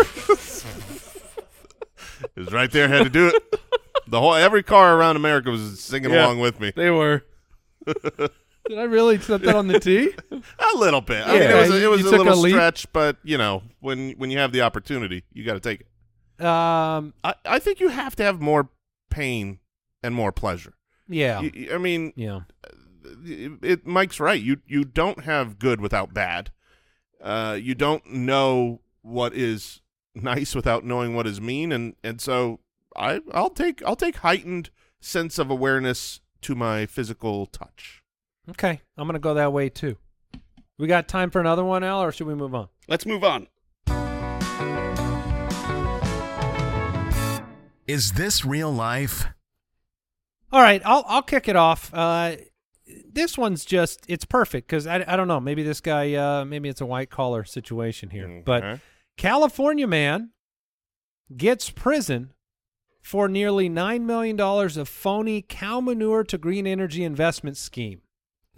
Speaker 3: it was right there. Had to do it. The whole every car around America was singing
Speaker 5: Yeah.
Speaker 3: along with me
Speaker 5: They were.
Speaker 4: Did I really set that on the T?
Speaker 3: a little bit. I mean, it
Speaker 4: Yeah,
Speaker 3: was a,
Speaker 4: you-
Speaker 3: it was
Speaker 4: you
Speaker 3: a
Speaker 4: took a
Speaker 3: little
Speaker 4: leap.
Speaker 3: stretch, but you know, when when you have the opportunity, you got to take it.
Speaker 4: Um
Speaker 3: I, I think you have to have more pain and more pleasure.
Speaker 4: yeah.
Speaker 3: You- you- I mean,
Speaker 4: yeah.
Speaker 3: it, it- Mike's right. You you don't have good without bad. Uh, you don't know what is nice without knowing what is mean, and and so I I'll take I'll take heightened sense of awareness to my physical touch.
Speaker 4: Okay, I'm gonna go that way too. We got time for another one, Al, or should we move on?
Speaker 2: Let's move on.
Speaker 1: Is this real life?
Speaker 4: All right, I'll I'll kick it off. Uh, this one's just it's perfect because I, I don't know maybe this guy uh, maybe it's a white collar situation here, but
Speaker 3: Mm, Okay.
Speaker 4: California man gets prison for nearly nine million dollars of phony cow manure to green energy investment scheme.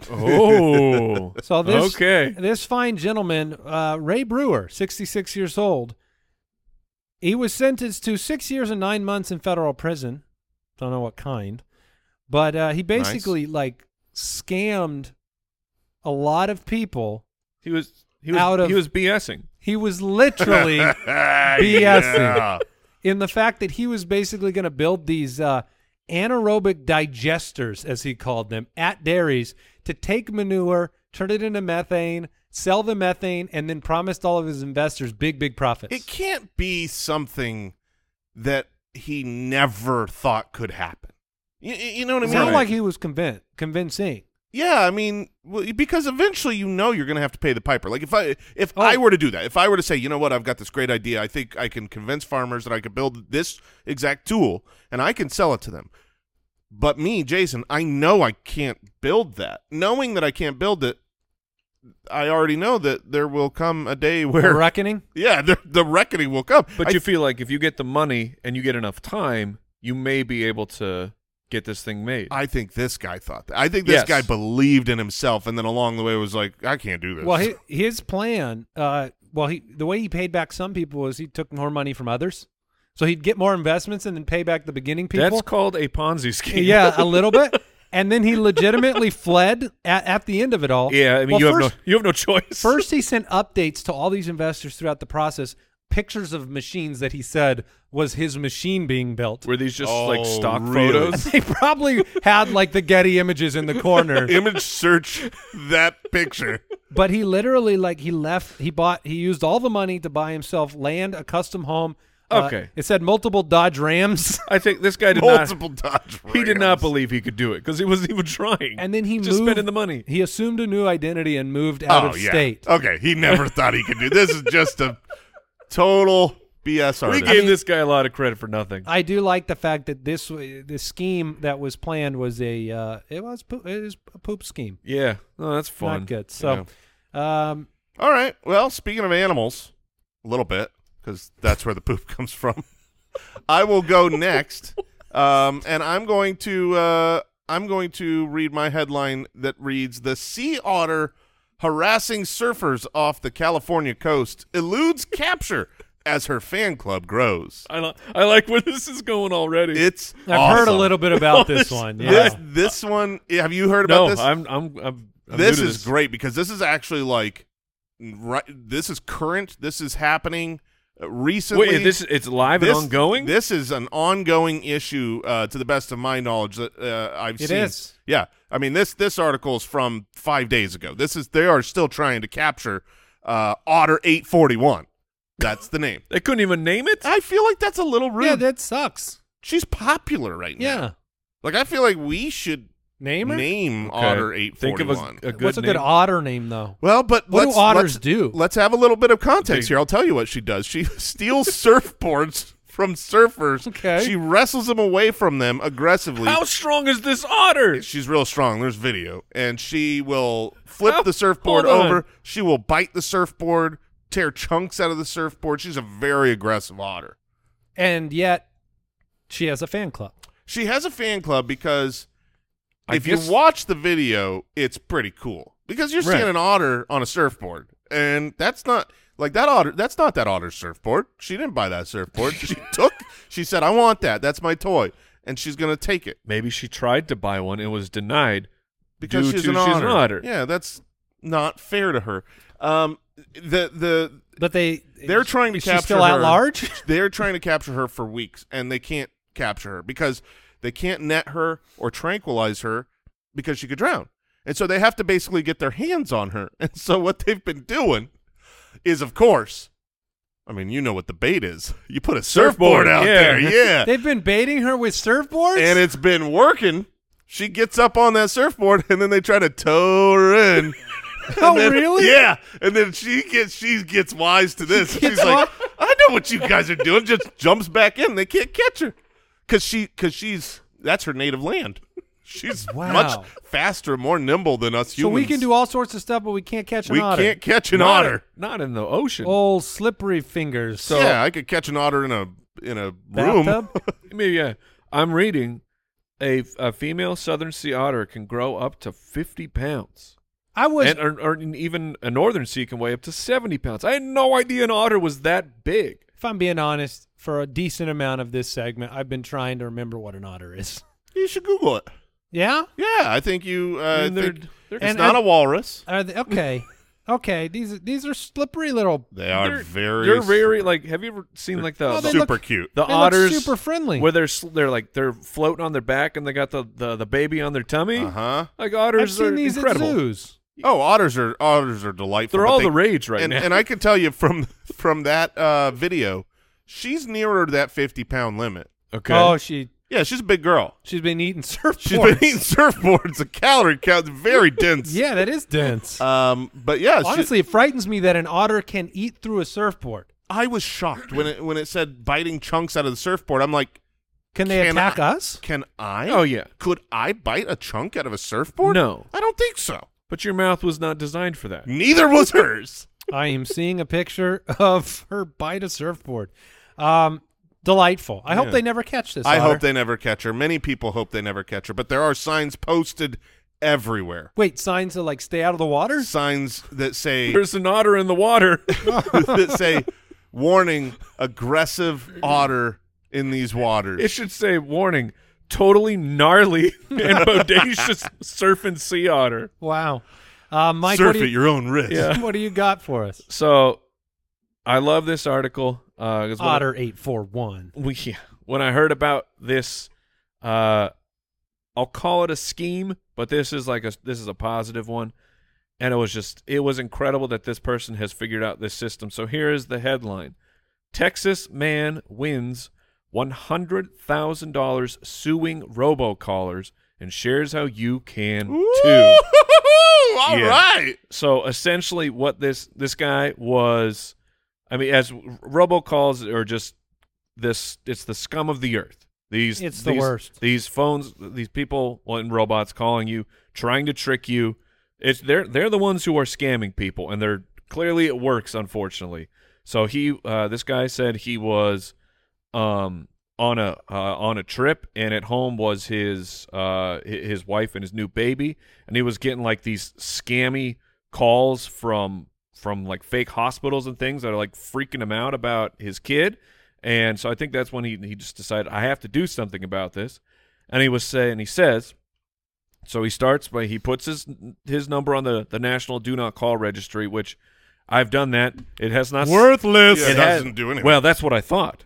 Speaker 5: Oh,
Speaker 4: So this
Speaker 5: okay.
Speaker 4: this fine gentleman, uh, Ray Brewer, 66 years old, he was sentenced to six years and nine months in federal prison. Don't know what kind, but uh, he basically like scammed a lot of people.
Speaker 5: He was he was
Speaker 4: Out of-
Speaker 5: he was BSing.
Speaker 4: He was literally BSing
Speaker 3: Yeah.
Speaker 4: in the fact that he was basically going to build these uh, anaerobic digesters, as he called them, at dairies to take manure, turn it into methane, sell the methane, and then promised all of his investors big, big profits.
Speaker 3: It can't be something that he never thought could happen. You, you know what I mean?
Speaker 4: Sound like he was convinced, convincing.
Speaker 3: Yeah, I mean, well, because eventually you know you're going to have to pay the piper. Like if I if
Speaker 4: Oh.
Speaker 3: I were to do that, if I were to say, you know what, I've got this great idea. I think I can convince farmers that I could build this exact tool and I can sell it to them. But me, Jason, I know I can't build that. Knowing that I can't build it, I already know that there will come a day
Speaker 4: We're
Speaker 3: where
Speaker 4: reckoning.
Speaker 3: yeah, the, the reckoning will come.
Speaker 5: But
Speaker 3: I-
Speaker 5: you feel like if you get the money and you get enough time, you may be able to get this thing made.
Speaker 3: I think this guy thought that. I think this
Speaker 5: Yes.
Speaker 3: guy believed in himself, and then along the way was like, I can't do this.
Speaker 4: Well, hi his plan. Uh, well, he the way he paid back some people was he took more money from others, so he'd get more investments and then pay back the beginning people.
Speaker 5: That's called a Ponzi scheme.
Speaker 4: yeah, a little bit. And then he legitimately fled at, at the end of it all.
Speaker 5: yeah. I mean,
Speaker 4: Well,
Speaker 5: you have
Speaker 4: first,
Speaker 5: no you have no choice.
Speaker 4: first he sent updates to all these investors throughout the process, pictures of machines that he said was his machine being built.
Speaker 5: were these just like
Speaker 3: Oh,
Speaker 5: stock
Speaker 3: really?
Speaker 5: photos?
Speaker 4: They probably had like the Getty images in the corner.
Speaker 3: image search that picture.
Speaker 4: But he literally like he left. He bought. He used all the money to buy himself land, a custom home. Uh,
Speaker 5: Okay.
Speaker 4: it said multiple Dodge Rams,
Speaker 5: I think this guy did
Speaker 3: Multiple Dodge.
Speaker 5: not. He did not
Speaker 3: Rams.
Speaker 5: believe he could do it because he wasn't even trying.
Speaker 4: and then he
Speaker 5: just
Speaker 4: moved,
Speaker 5: spending the money.
Speaker 4: He assumed a new identity and moved out
Speaker 3: Oh
Speaker 4: of
Speaker 3: yeah.
Speaker 4: state.
Speaker 3: Okay, he never thought he could do this. Is just a total BS
Speaker 5: We
Speaker 3: artist.
Speaker 5: gave this guy a lot of credit for nothing.
Speaker 4: I do like the fact that this uh, the scheme that was planned was a uh, it was poop, it was a poop scheme.
Speaker 5: yeah. No, that's fun.
Speaker 4: Not good. So, um,
Speaker 3: All right. Well, speaking of animals, a little bit because that's where the poop comes from. I will go next, um, and I'm going to uh, I'm going to read my headline that reads: The sea otter harassing surfers off the California coast eludes capture as her fan club grows.
Speaker 5: I, li- I like where this is going already.
Speaker 3: It's
Speaker 4: I've heard a
Speaker 3: awesome.
Speaker 4: little bit about this one. Yeah.
Speaker 3: This this one, have you heard about
Speaker 5: no,
Speaker 3: this?
Speaker 5: I'm I'm I'm. I'm new
Speaker 3: this
Speaker 5: to
Speaker 3: is great because this is actually like right this is current this is happening uh, recently
Speaker 5: Wait, this it's live
Speaker 3: this-
Speaker 5: and ongoing.
Speaker 3: this is an ongoing issue uh, to the best of my knowledge that uh, i've
Speaker 4: It
Speaker 3: seen
Speaker 4: is.
Speaker 3: yeah i mean this this article is from five days ago this is they are still trying to capture uh, otter 841 that's the name
Speaker 5: they couldn't even name it.
Speaker 3: i feel like that's a little rude
Speaker 4: Yeah, that sucks.
Speaker 3: she's popular right now
Speaker 4: Yeah.
Speaker 3: like i feel like we should
Speaker 4: Name her?
Speaker 3: name
Speaker 5: Okay.
Speaker 3: otter 841
Speaker 5: Think of a, a good
Speaker 4: What's a
Speaker 5: name.
Speaker 4: good otter name though?
Speaker 3: Well, but
Speaker 4: What do
Speaker 3: let's,
Speaker 4: otters
Speaker 3: let's-
Speaker 4: do?
Speaker 3: Let's have a little bit of context
Speaker 5: They-
Speaker 3: here. I'll tell you what she does. She steals surfboards from surfers.
Speaker 4: Okay.
Speaker 3: She wrestles them away from them aggressively.
Speaker 5: How strong is this otter?
Speaker 3: She's real strong. There's video, and she will flip
Speaker 5: How-
Speaker 3: the surfboard
Speaker 5: hold on.
Speaker 3: over. She will bite the surfboard, tear chunks out of the surfboard. She's a very aggressive otter.
Speaker 4: And yet she has a fan club.
Speaker 3: She has a fan club because
Speaker 5: I
Speaker 3: if
Speaker 5: guess-
Speaker 3: you watch the video, it's pretty cool because you're
Speaker 5: Right.
Speaker 3: seeing an otter on a surfboard, and that's not like that otter. That's not that otter's surfboard. She didn't buy that surfboard. she took. She said, "I want that. That's my toy," and she's gonna take it
Speaker 5: Maybe she tried to buy one and was denied
Speaker 3: because
Speaker 5: due
Speaker 3: she's,
Speaker 5: to
Speaker 3: an,
Speaker 5: she's
Speaker 3: otter.
Speaker 5: an otter.
Speaker 3: Yeah, that's not fair to her. Um, the the
Speaker 4: But they
Speaker 3: They're trying to
Speaker 4: is
Speaker 3: capture
Speaker 4: she still
Speaker 3: her.
Speaker 4: at large?
Speaker 3: they're trying to capture her for weeks and they can't capture her because they can't net her or tranquilize her because she could drown. And so they have to basically get their hands on her. And so what they've been doing is of course I mean, you know what the bait is. You put a surfboard,
Speaker 5: Surfboard,
Speaker 3: out
Speaker 5: yeah.
Speaker 3: there. Yeah.
Speaker 4: They've been baiting her with surfboards?
Speaker 3: and it's been working. She gets up on that surfboard and then they try to tow her in.
Speaker 4: oh
Speaker 3: And then-
Speaker 4: really?
Speaker 3: Yeah, and then she gets she gets wise to this. She's
Speaker 4: gets
Speaker 3: like,
Speaker 4: wise.
Speaker 3: I know what you guys are doing. Just jumps back in. They can't catch her because she because she's that's her native land. She's
Speaker 4: Wow.
Speaker 3: much faster, more nimble than us
Speaker 4: So
Speaker 3: humans.
Speaker 4: we can do all sorts of stuff, but we can't catch an
Speaker 3: We
Speaker 4: otter.
Speaker 3: can't catch an
Speaker 5: Not-
Speaker 3: otter. Oh.
Speaker 5: not in the ocean.
Speaker 4: Old slippery fingers.
Speaker 5: So-
Speaker 3: yeah, I could catch an otter in a in a room.
Speaker 4: Bathtub?
Speaker 5: Maybe yeah. I'm reading a, a female southern sea otter can grow up to 50 pounds.
Speaker 4: I was
Speaker 5: and or, or even a northern sea can weigh up to 70 pounds. I had no idea an otter was that big.
Speaker 4: if I'm being honest, for a decent amount of this segment, I've been trying to remember what an otter is.
Speaker 3: You should Google it.
Speaker 4: Yeah?
Speaker 3: Yeah, I think you. Uh,
Speaker 5: And they're-
Speaker 3: think-
Speaker 5: they're-
Speaker 3: it's
Speaker 4: And-
Speaker 3: not
Speaker 4: and-
Speaker 3: a walrus.
Speaker 4: Are they, okay. okay. These these are slippery little
Speaker 3: They are
Speaker 5: They're-
Speaker 3: very.
Speaker 5: They're very like. Have you ever seen like the
Speaker 4: Oh, they
Speaker 5: the,
Speaker 3: super
Speaker 4: look-
Speaker 3: cute.
Speaker 5: the
Speaker 4: they look
Speaker 5: otters
Speaker 4: super friendly.
Speaker 5: where they're sl- they're like they're floating on their back and they got the the, the baby on their tummy.
Speaker 3: Uh huh.
Speaker 5: Like
Speaker 4: Uh-huh. I've
Speaker 5: otters
Speaker 4: seen
Speaker 5: are
Speaker 4: these
Speaker 5: incredible.
Speaker 4: at zoos.
Speaker 3: Oh, otters are otters are delightful.
Speaker 5: They're
Speaker 3: but
Speaker 5: all
Speaker 3: they-
Speaker 5: the rage right
Speaker 3: and,
Speaker 5: now.
Speaker 3: and I can tell you from from that uh, video, she's nearer to that fifty pound limit.
Speaker 5: okay.
Speaker 4: Oh, she
Speaker 3: Yeah, she's a big girl.
Speaker 4: she's been eating surfboards.
Speaker 3: She's been eating surfboards. A calorie count very dense.
Speaker 4: yeah, that is dense.
Speaker 3: Um. But yeah, she-
Speaker 4: Honestly, it frightens me that an otter can eat through a surfboard.
Speaker 3: I was shocked when it when it said biting chunks out of the surfboard. I'm like,
Speaker 4: Can they
Speaker 3: Can
Speaker 4: attack
Speaker 3: I-
Speaker 4: us?
Speaker 3: can I?
Speaker 5: Oh, yeah.
Speaker 3: Could I bite a chunk out of a surfboard?
Speaker 5: No.
Speaker 3: I don't think so.
Speaker 5: but your mouth was not designed for that.
Speaker 3: Neither was hers.
Speaker 4: I am seeing a picture of her bite a surfboard. Um, delightful. I hope
Speaker 3: Yeah.
Speaker 4: they never catch this.
Speaker 3: I
Speaker 4: otter.
Speaker 3: hope they never catch her. Many people hope they never catch her, but there are signs posted everywhere.
Speaker 4: Wait, signs to like stay out of the water.
Speaker 3: Signs that say
Speaker 5: There's an otter in the water.
Speaker 3: that say warning aggressive otter in these waters.
Speaker 5: it should say warning. Totally gnarly and bodacious surf and sea otter.
Speaker 4: Wow, uh, Mike,
Speaker 3: Surf
Speaker 4: what do,
Speaker 3: at
Speaker 4: you,
Speaker 3: your own risk.
Speaker 5: Yeah.
Speaker 4: what do you got for us?
Speaker 5: So, I love this article. Uh, 'cause when I-
Speaker 4: Otter eight four one.
Speaker 5: we, yeah, when I heard about this, uh, I'll call it a scheme, but this is like a this is a positive one, and it was just it was incredible that this person has figured out this system. So here is the headline: Texas man wins one hundred thousand dollars suing robocallers and shares how you can too.
Speaker 3: Oh, All
Speaker 5: Yeah.
Speaker 3: right.
Speaker 5: So essentially, what this this guy was, I mean, as robocalls are just this, it's the scum of the earth. These
Speaker 4: It's the
Speaker 5: these-
Speaker 4: worst.
Speaker 5: These phones, these people well, and robots calling you, trying to trick you. It's they're they're the ones who are scamming people, and they're clearly it works. Unfortunately, so he uh, this guy said he was um on a uh, on a trip and at home was his uh hi- his wife and his new baby and he was getting like these scammy calls from from like fake hospitals and things that are like freaking him out about his kid and so I think that's when he he just decided I have to do something about this and he was saying he says so he starts by he puts his his number on the the national do not call registry which I've done that. It has not
Speaker 4: Worthless.
Speaker 3: Yeah,
Speaker 5: it
Speaker 3: it
Speaker 5: has-
Speaker 3: doesn't do anything.
Speaker 5: Well, that's what I thought.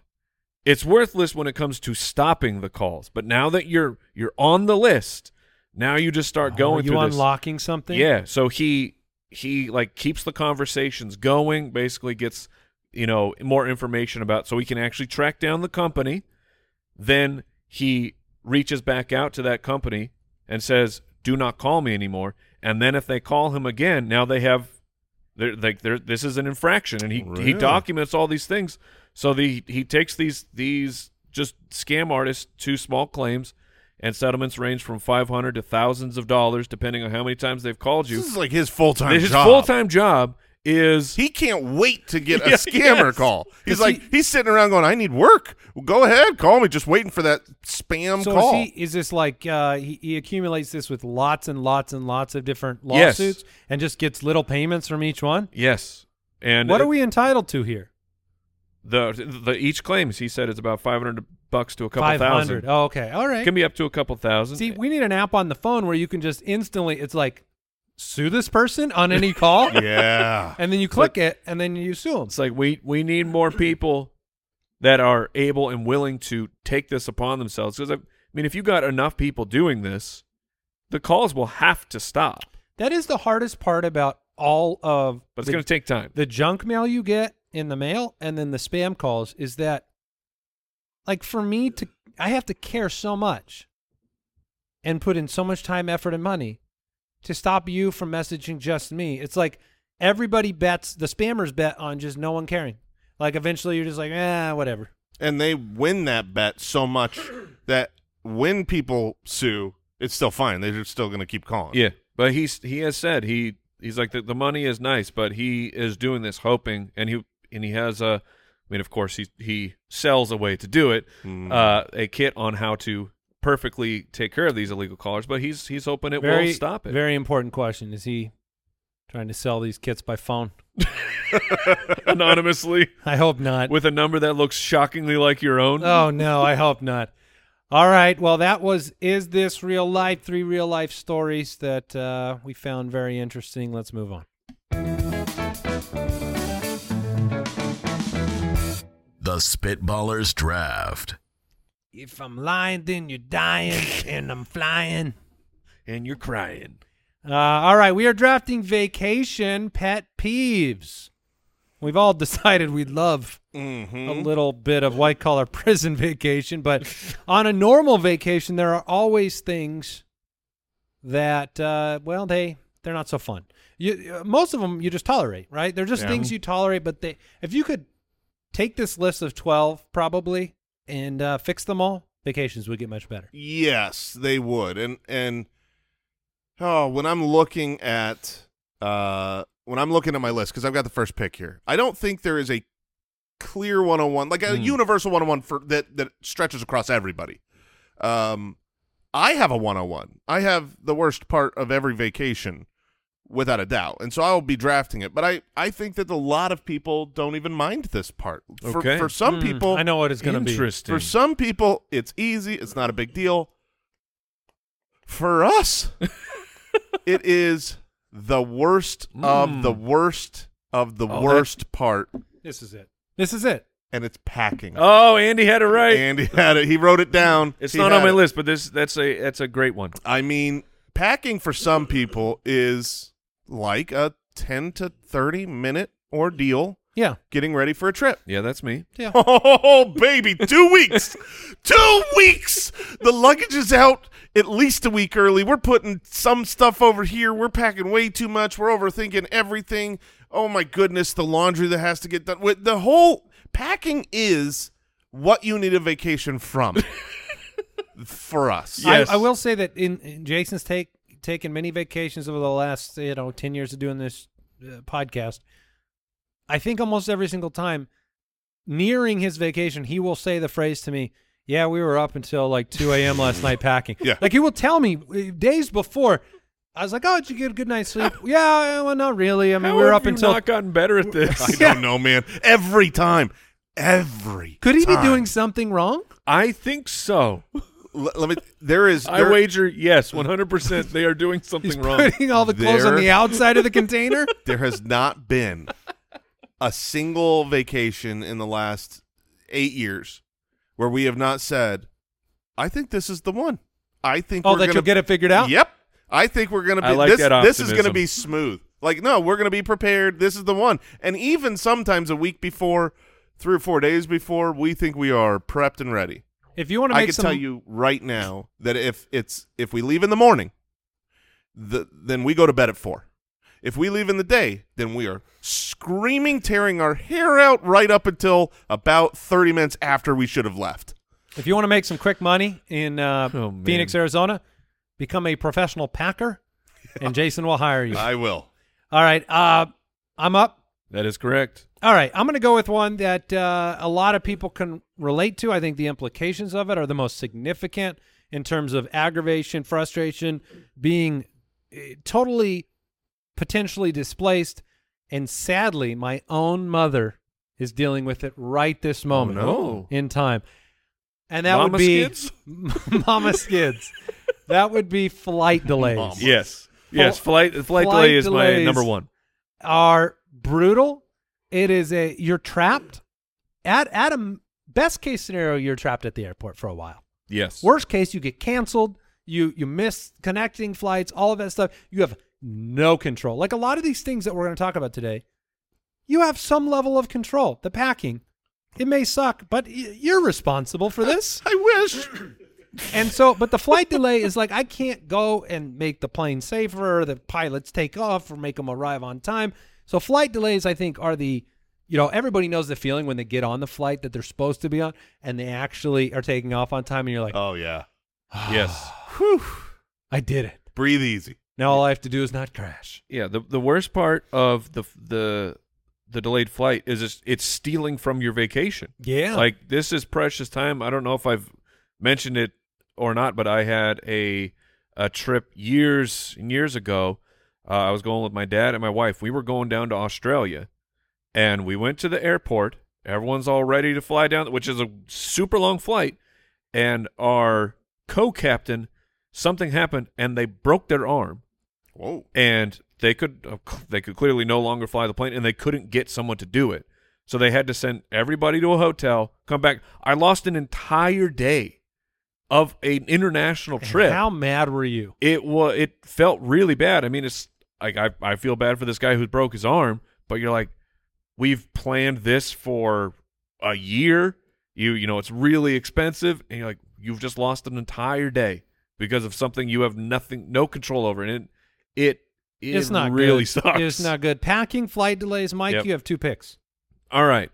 Speaker 5: It's worthless when it comes to stopping the calls, but now that you're you're on the list, now you just start
Speaker 4: Are
Speaker 5: going
Speaker 4: you
Speaker 5: through this.
Speaker 4: unlocking something?
Speaker 5: Yeah, so he he like keeps the conversations going, basically gets you know more information about so he can actually track down the company. Then he reaches back out to that company and says, "Do not call me anymore." And then if they call him again, now they have they're like they're, this is an infraction and he he
Speaker 3: Really?
Speaker 5: documents all these things. So the he takes these these just scam artists to small claims and settlements range from 500 to thousands of dollars depending on how many times they've called you.
Speaker 3: This is like his full time
Speaker 5: His
Speaker 3: job.
Speaker 5: full-time job is
Speaker 3: He can't wait to get a
Speaker 5: Yeah,
Speaker 3: scammer
Speaker 5: yes.
Speaker 3: call. He's
Speaker 5: Does
Speaker 3: like
Speaker 5: he-
Speaker 3: he's sitting around going, "I need work. Well, go ahead, call me. Just waiting for that spam
Speaker 4: so
Speaker 3: call."
Speaker 4: Is, he, is this like uh, he, he accumulates this with lots and lots and lots of different
Speaker 5: Yes.
Speaker 4: lawsuits and just gets little payments from each one?
Speaker 5: yes. And
Speaker 4: what are we entitled to here?
Speaker 5: the, the each claims he said it's about 500 bucks to a couple
Speaker 4: Five hundred.
Speaker 5: thousand.
Speaker 4: Oh, okay. All right.
Speaker 5: Can be up to a couple thousand.
Speaker 4: See, we need an app on the phone where you can just instantly. It's like sue this person on any call,
Speaker 3: yeah.
Speaker 4: and then you click it, and then you sue them.
Speaker 5: It's like we we need more people that are able and willing to take this upon themselves because I, I mean if you got enough people doing this, the calls will have to stop.
Speaker 4: That is the hardest part about all of
Speaker 5: But it's
Speaker 4: the,
Speaker 5: going to take time.
Speaker 4: the junk mail you get in the mail and then the spam calls is that like for me to I have to care so much and put in so much time, effort and money to stop you from messaging just me. It's like everybody bets the spammers bet on just no one caring. Like eventually you're just like, "Ah, whatever."
Speaker 3: And they win that bet so much that when people sue, it's still fine. They're still going to keep calling.
Speaker 5: Yeah, but he's he has said he he's like the, the money is nice, but he is doing this hoping, and he and he has a, I mean, of course he he sells a way to do it,
Speaker 4: Hmm.
Speaker 3: Mm.
Speaker 5: uh, a kit on how to perfectly take care of these illegal callers, but he's he's hoping it will stop it.
Speaker 4: Very important question. Is he trying to sell these kits by phone?
Speaker 5: anonymously
Speaker 4: I hope not.
Speaker 5: with a number that looks shockingly like your own.
Speaker 4: Oh no, I hope not. All right. Well, that was is this real life? Three real life stories that uh, we found very interesting. Let's move on.
Speaker 1: The Spitballers Draft.
Speaker 4: If I'm lying, then you're dying, and I'm flying.
Speaker 5: And you're crying.
Speaker 4: Uh, all right, we are drafting vacation pet peeves. We've all decided we love
Speaker 3: Mhm.
Speaker 4: a little bit of white collar prison vacation, but on a normal vacation, there are always things that, uh, well, they they're not so fun. You, uh, most of them you just tolerate, right? They're just
Speaker 5: Yeah.
Speaker 4: things you tolerate, but they if you could take this list of twelve probably and uh, fix them all, vacations would get much better.
Speaker 3: Yes, they would. And and oh, when I'm looking at uh when I'm looking at my list cuz I've got the first pick here. I don't think there is a clear 101 like a
Speaker 4: Hmm.
Speaker 3: universal 101 for that that stretches across everybody. Um I have a 101. I have the worst part of every vacation without a doubt. And so I'll be drafting it, but I I think that a lot of people don't even mind this part. For
Speaker 5: Okay.
Speaker 3: for some
Speaker 4: Hmm,
Speaker 3: people
Speaker 4: I know what it's going to be.
Speaker 5: Interesting.
Speaker 3: for some people, it's easy. It's not a big deal. For us, it is the worst
Speaker 5: Mm.
Speaker 3: of the worst of the
Speaker 5: Oh, that-
Speaker 3: worst part,
Speaker 4: This is it. This is it.
Speaker 3: and it's packing.
Speaker 5: oh, Andy had it right.
Speaker 3: And he had it. He wrote it down.
Speaker 5: it's
Speaker 3: He
Speaker 5: not on
Speaker 3: had
Speaker 5: my
Speaker 3: it.
Speaker 5: list, but this that's a that's a great one.
Speaker 3: I mean, packing for some people is like a ten to thirty minute ordeal
Speaker 4: Yeah.
Speaker 3: getting ready for a trip.
Speaker 5: Yeah, that's me.
Speaker 3: Oh, baby, two weeks. two weeks. The luggage is out at least a week early. We're putting some stuff over here. We're packing way too much. We're overthinking everything. Oh, my goodness. The laundry that has to get done. With The whole packing is what you need a vacation from for us.
Speaker 5: Yeah. Yes.
Speaker 4: I, I will say that in, in Jason's take taken many vacations over the last you know ten years of doing this uh, podcast. I think almost every single time, nearing his vacation, he will say the phrase to me. Yeah, we were up until like 2 a.m. last night packing.
Speaker 3: Yeah.
Speaker 4: Like he will tell me uh, days before. I was like, "Oh, did you get a good night's sleep?" yeah, well, not really. I mean,
Speaker 5: How
Speaker 4: we were
Speaker 5: have
Speaker 4: up
Speaker 5: you
Speaker 4: until.
Speaker 5: not gotten better at this.
Speaker 3: I don't know, man. Every time. Every.
Speaker 4: Could he be
Speaker 3: time.
Speaker 4: doing something wrong?
Speaker 5: I think so.
Speaker 3: L- let me. There is.
Speaker 5: I
Speaker 3: there-
Speaker 5: wager yes, 100%. They are doing
Speaker 4: He's
Speaker 5: something wrong.
Speaker 4: putting all the clothes on
Speaker 3: There-
Speaker 4: the outside of the container.
Speaker 3: there has not been a single vacation in the last eight years where we have not said, "I think this is the one." I think
Speaker 4: Oh,
Speaker 3: we're
Speaker 4: that
Speaker 3: gonna,
Speaker 4: you'll get it figured out.
Speaker 3: Yep, I think we're gonna be.
Speaker 5: I like
Speaker 3: this,
Speaker 5: that
Speaker 3: this is gonna
Speaker 5: optimism.
Speaker 3: be smooth. Like, no, we're gonna be prepared. This is the one. And even sometimes a week before, three or four days before, we think we are prepped and ready.
Speaker 4: If you want to
Speaker 3: I
Speaker 4: make
Speaker 3: can
Speaker 4: some,
Speaker 3: tell you right now that if it's if we leave in the morning, the, then we go to bed at four. If we leave in the day, then we are screaming, tearing our hair out right up until about thirty minutes after we should have left.
Speaker 4: if you want to make some quick money in uh,
Speaker 5: Oh, man.
Speaker 4: Phoenix, Arizona, become a professional packer, and Jason will hire you.
Speaker 3: I will.
Speaker 4: All right, uh, I'm up.
Speaker 5: That is correct.
Speaker 4: All right, I'm going to go with one that uh, a lot of people can relate to. I think the implications of it are the most significant in terms of aggravation, frustration, being eh, totally potentially displaced, and sadly, my own mother is dealing with it right this moment
Speaker 5: Oh, no.
Speaker 4: in time. And that
Speaker 5: Mama
Speaker 4: would be
Speaker 5: skids?
Speaker 4: mama skids. That would be flight delays.
Speaker 3: Mama.
Speaker 5: Yes. Yes. Flight flight,
Speaker 4: Flight
Speaker 5: delay is my
Speaker 4: delays.
Speaker 5: number one.
Speaker 4: are brutal. It is a you're trapped at at a m- best case scenario you're trapped at the airport for a while.
Speaker 5: Yes.
Speaker 4: Worst case you get canceled, you you miss connecting flights, all of that stuff. You have no control. Like a lot of these things that we're going to talk about today, you have some level of control. The packing, it may suck, but y- you're responsible for this.
Speaker 3: I wish.
Speaker 4: And so, but the flight delay is like I can't go and make the plane safer, or the pilots take off, or make them arrive on time. So flight delays, I think, are the you know everybody knows the feeling when they get on the flight that they're supposed to be on, and they actually are taking off on time, and you're like,
Speaker 3: Oh yeah.
Speaker 5: Yes.
Speaker 3: Whew.
Speaker 4: I did it.
Speaker 3: Breathe easy.
Speaker 4: Now all I have to do is not crash.
Speaker 5: Yeah. The the worst part of the the the delayed flight is it's, it's stealing from your vacation.
Speaker 4: Yeah,
Speaker 5: Like this is precious time. I don't know if I've mentioned it or not, but I had a a trip years and years ago. Uh, I was going with my dad and my wife. We were going down to Australia, and we went to the airport. Everyone's all ready to fly down, which is a super long flight. And our co-captain, something happened, and they broke their arm
Speaker 3: Whoa.
Speaker 5: and they could they could clearly no longer fly the plane and they couldn't get someone to do it so they had to send everybody to a hotel come back i lost an entire day of an international
Speaker 4: And
Speaker 5: oh, trip
Speaker 4: How mad were you?
Speaker 5: it was it felt really bad i mean it's like I, I feel bad for this guy who broke his arm but you're like we've planned this for a year you you know it's really expensive and you're like you've just lost an entire day because of something you have nothing no control over and it it, it
Speaker 4: it's not
Speaker 5: really
Speaker 4: good.
Speaker 5: sucks
Speaker 4: It's not good. Packing, flight delays, Mike.
Speaker 5: Yep.
Speaker 4: You have two picks.
Speaker 5: all right.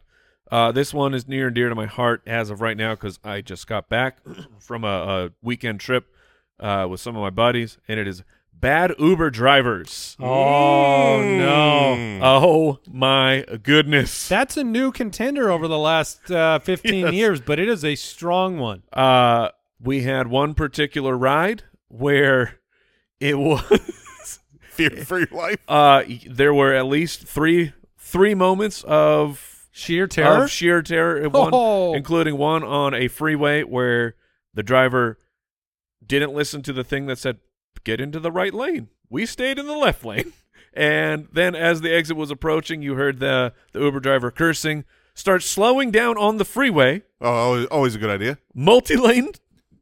Speaker 5: Uh, this one is near and dear to my heart as of right now because I just got back from a, a weekend trip uh, with some of my buddies, and it is bad Uber drivers.
Speaker 4: Oh no.
Speaker 3: Mm.
Speaker 5: Oh my goodness.
Speaker 4: That's a new contender over the last uh, 15 years, but it is a strong one.
Speaker 5: Uh, we had one particular ride where it was.
Speaker 3: Fear for your life.
Speaker 5: Uh, there were at least three three moments of
Speaker 4: Sheer terror.
Speaker 5: of sheer terror. at One,
Speaker 4: Oh.
Speaker 5: including one on a freeway where the driver didn't listen to the thing that said "get into the right lane." We stayed in the left lane, and then as the exit was approaching, you heard the the Uber driver cursing, start slowing down on the freeway,
Speaker 3: Oh, always, always a good idea.
Speaker 5: multi lane.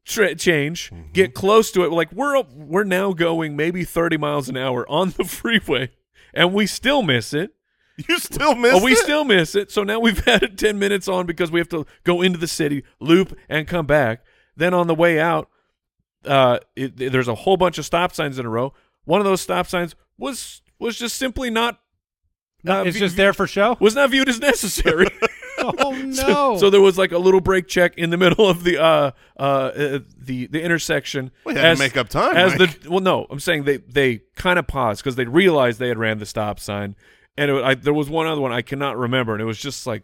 Speaker 5: Tra- change,
Speaker 4: Mm-hmm.
Speaker 5: get close to it. Like we're we're now going maybe thirty miles an hour on the freeway, and we still miss it.
Speaker 3: You still missed
Speaker 5: Oh, we
Speaker 3: it?
Speaker 5: still miss it. So now we've had it 10 minutes on because we have to go into the city, loop, and come back. Then on the way out, uh, it, there's a whole bunch of stop signs in a row. One of those stop signs was was just simply not
Speaker 4: No,
Speaker 5: uh,
Speaker 4: it's
Speaker 5: v-
Speaker 4: just there for show.
Speaker 5: was not viewed as necessary.
Speaker 4: Oh
Speaker 5: So-
Speaker 4: no!
Speaker 5: So, there was like a little brake check in the middle of the uh uh, uh the the intersection.
Speaker 3: We had to make up time,
Speaker 5: As
Speaker 3: Mike.
Speaker 5: the well, no, I'm saying they they kind of paused because they realized they had ran the stop sign, and it, I, there was one other one I cannot remember, and it was just like,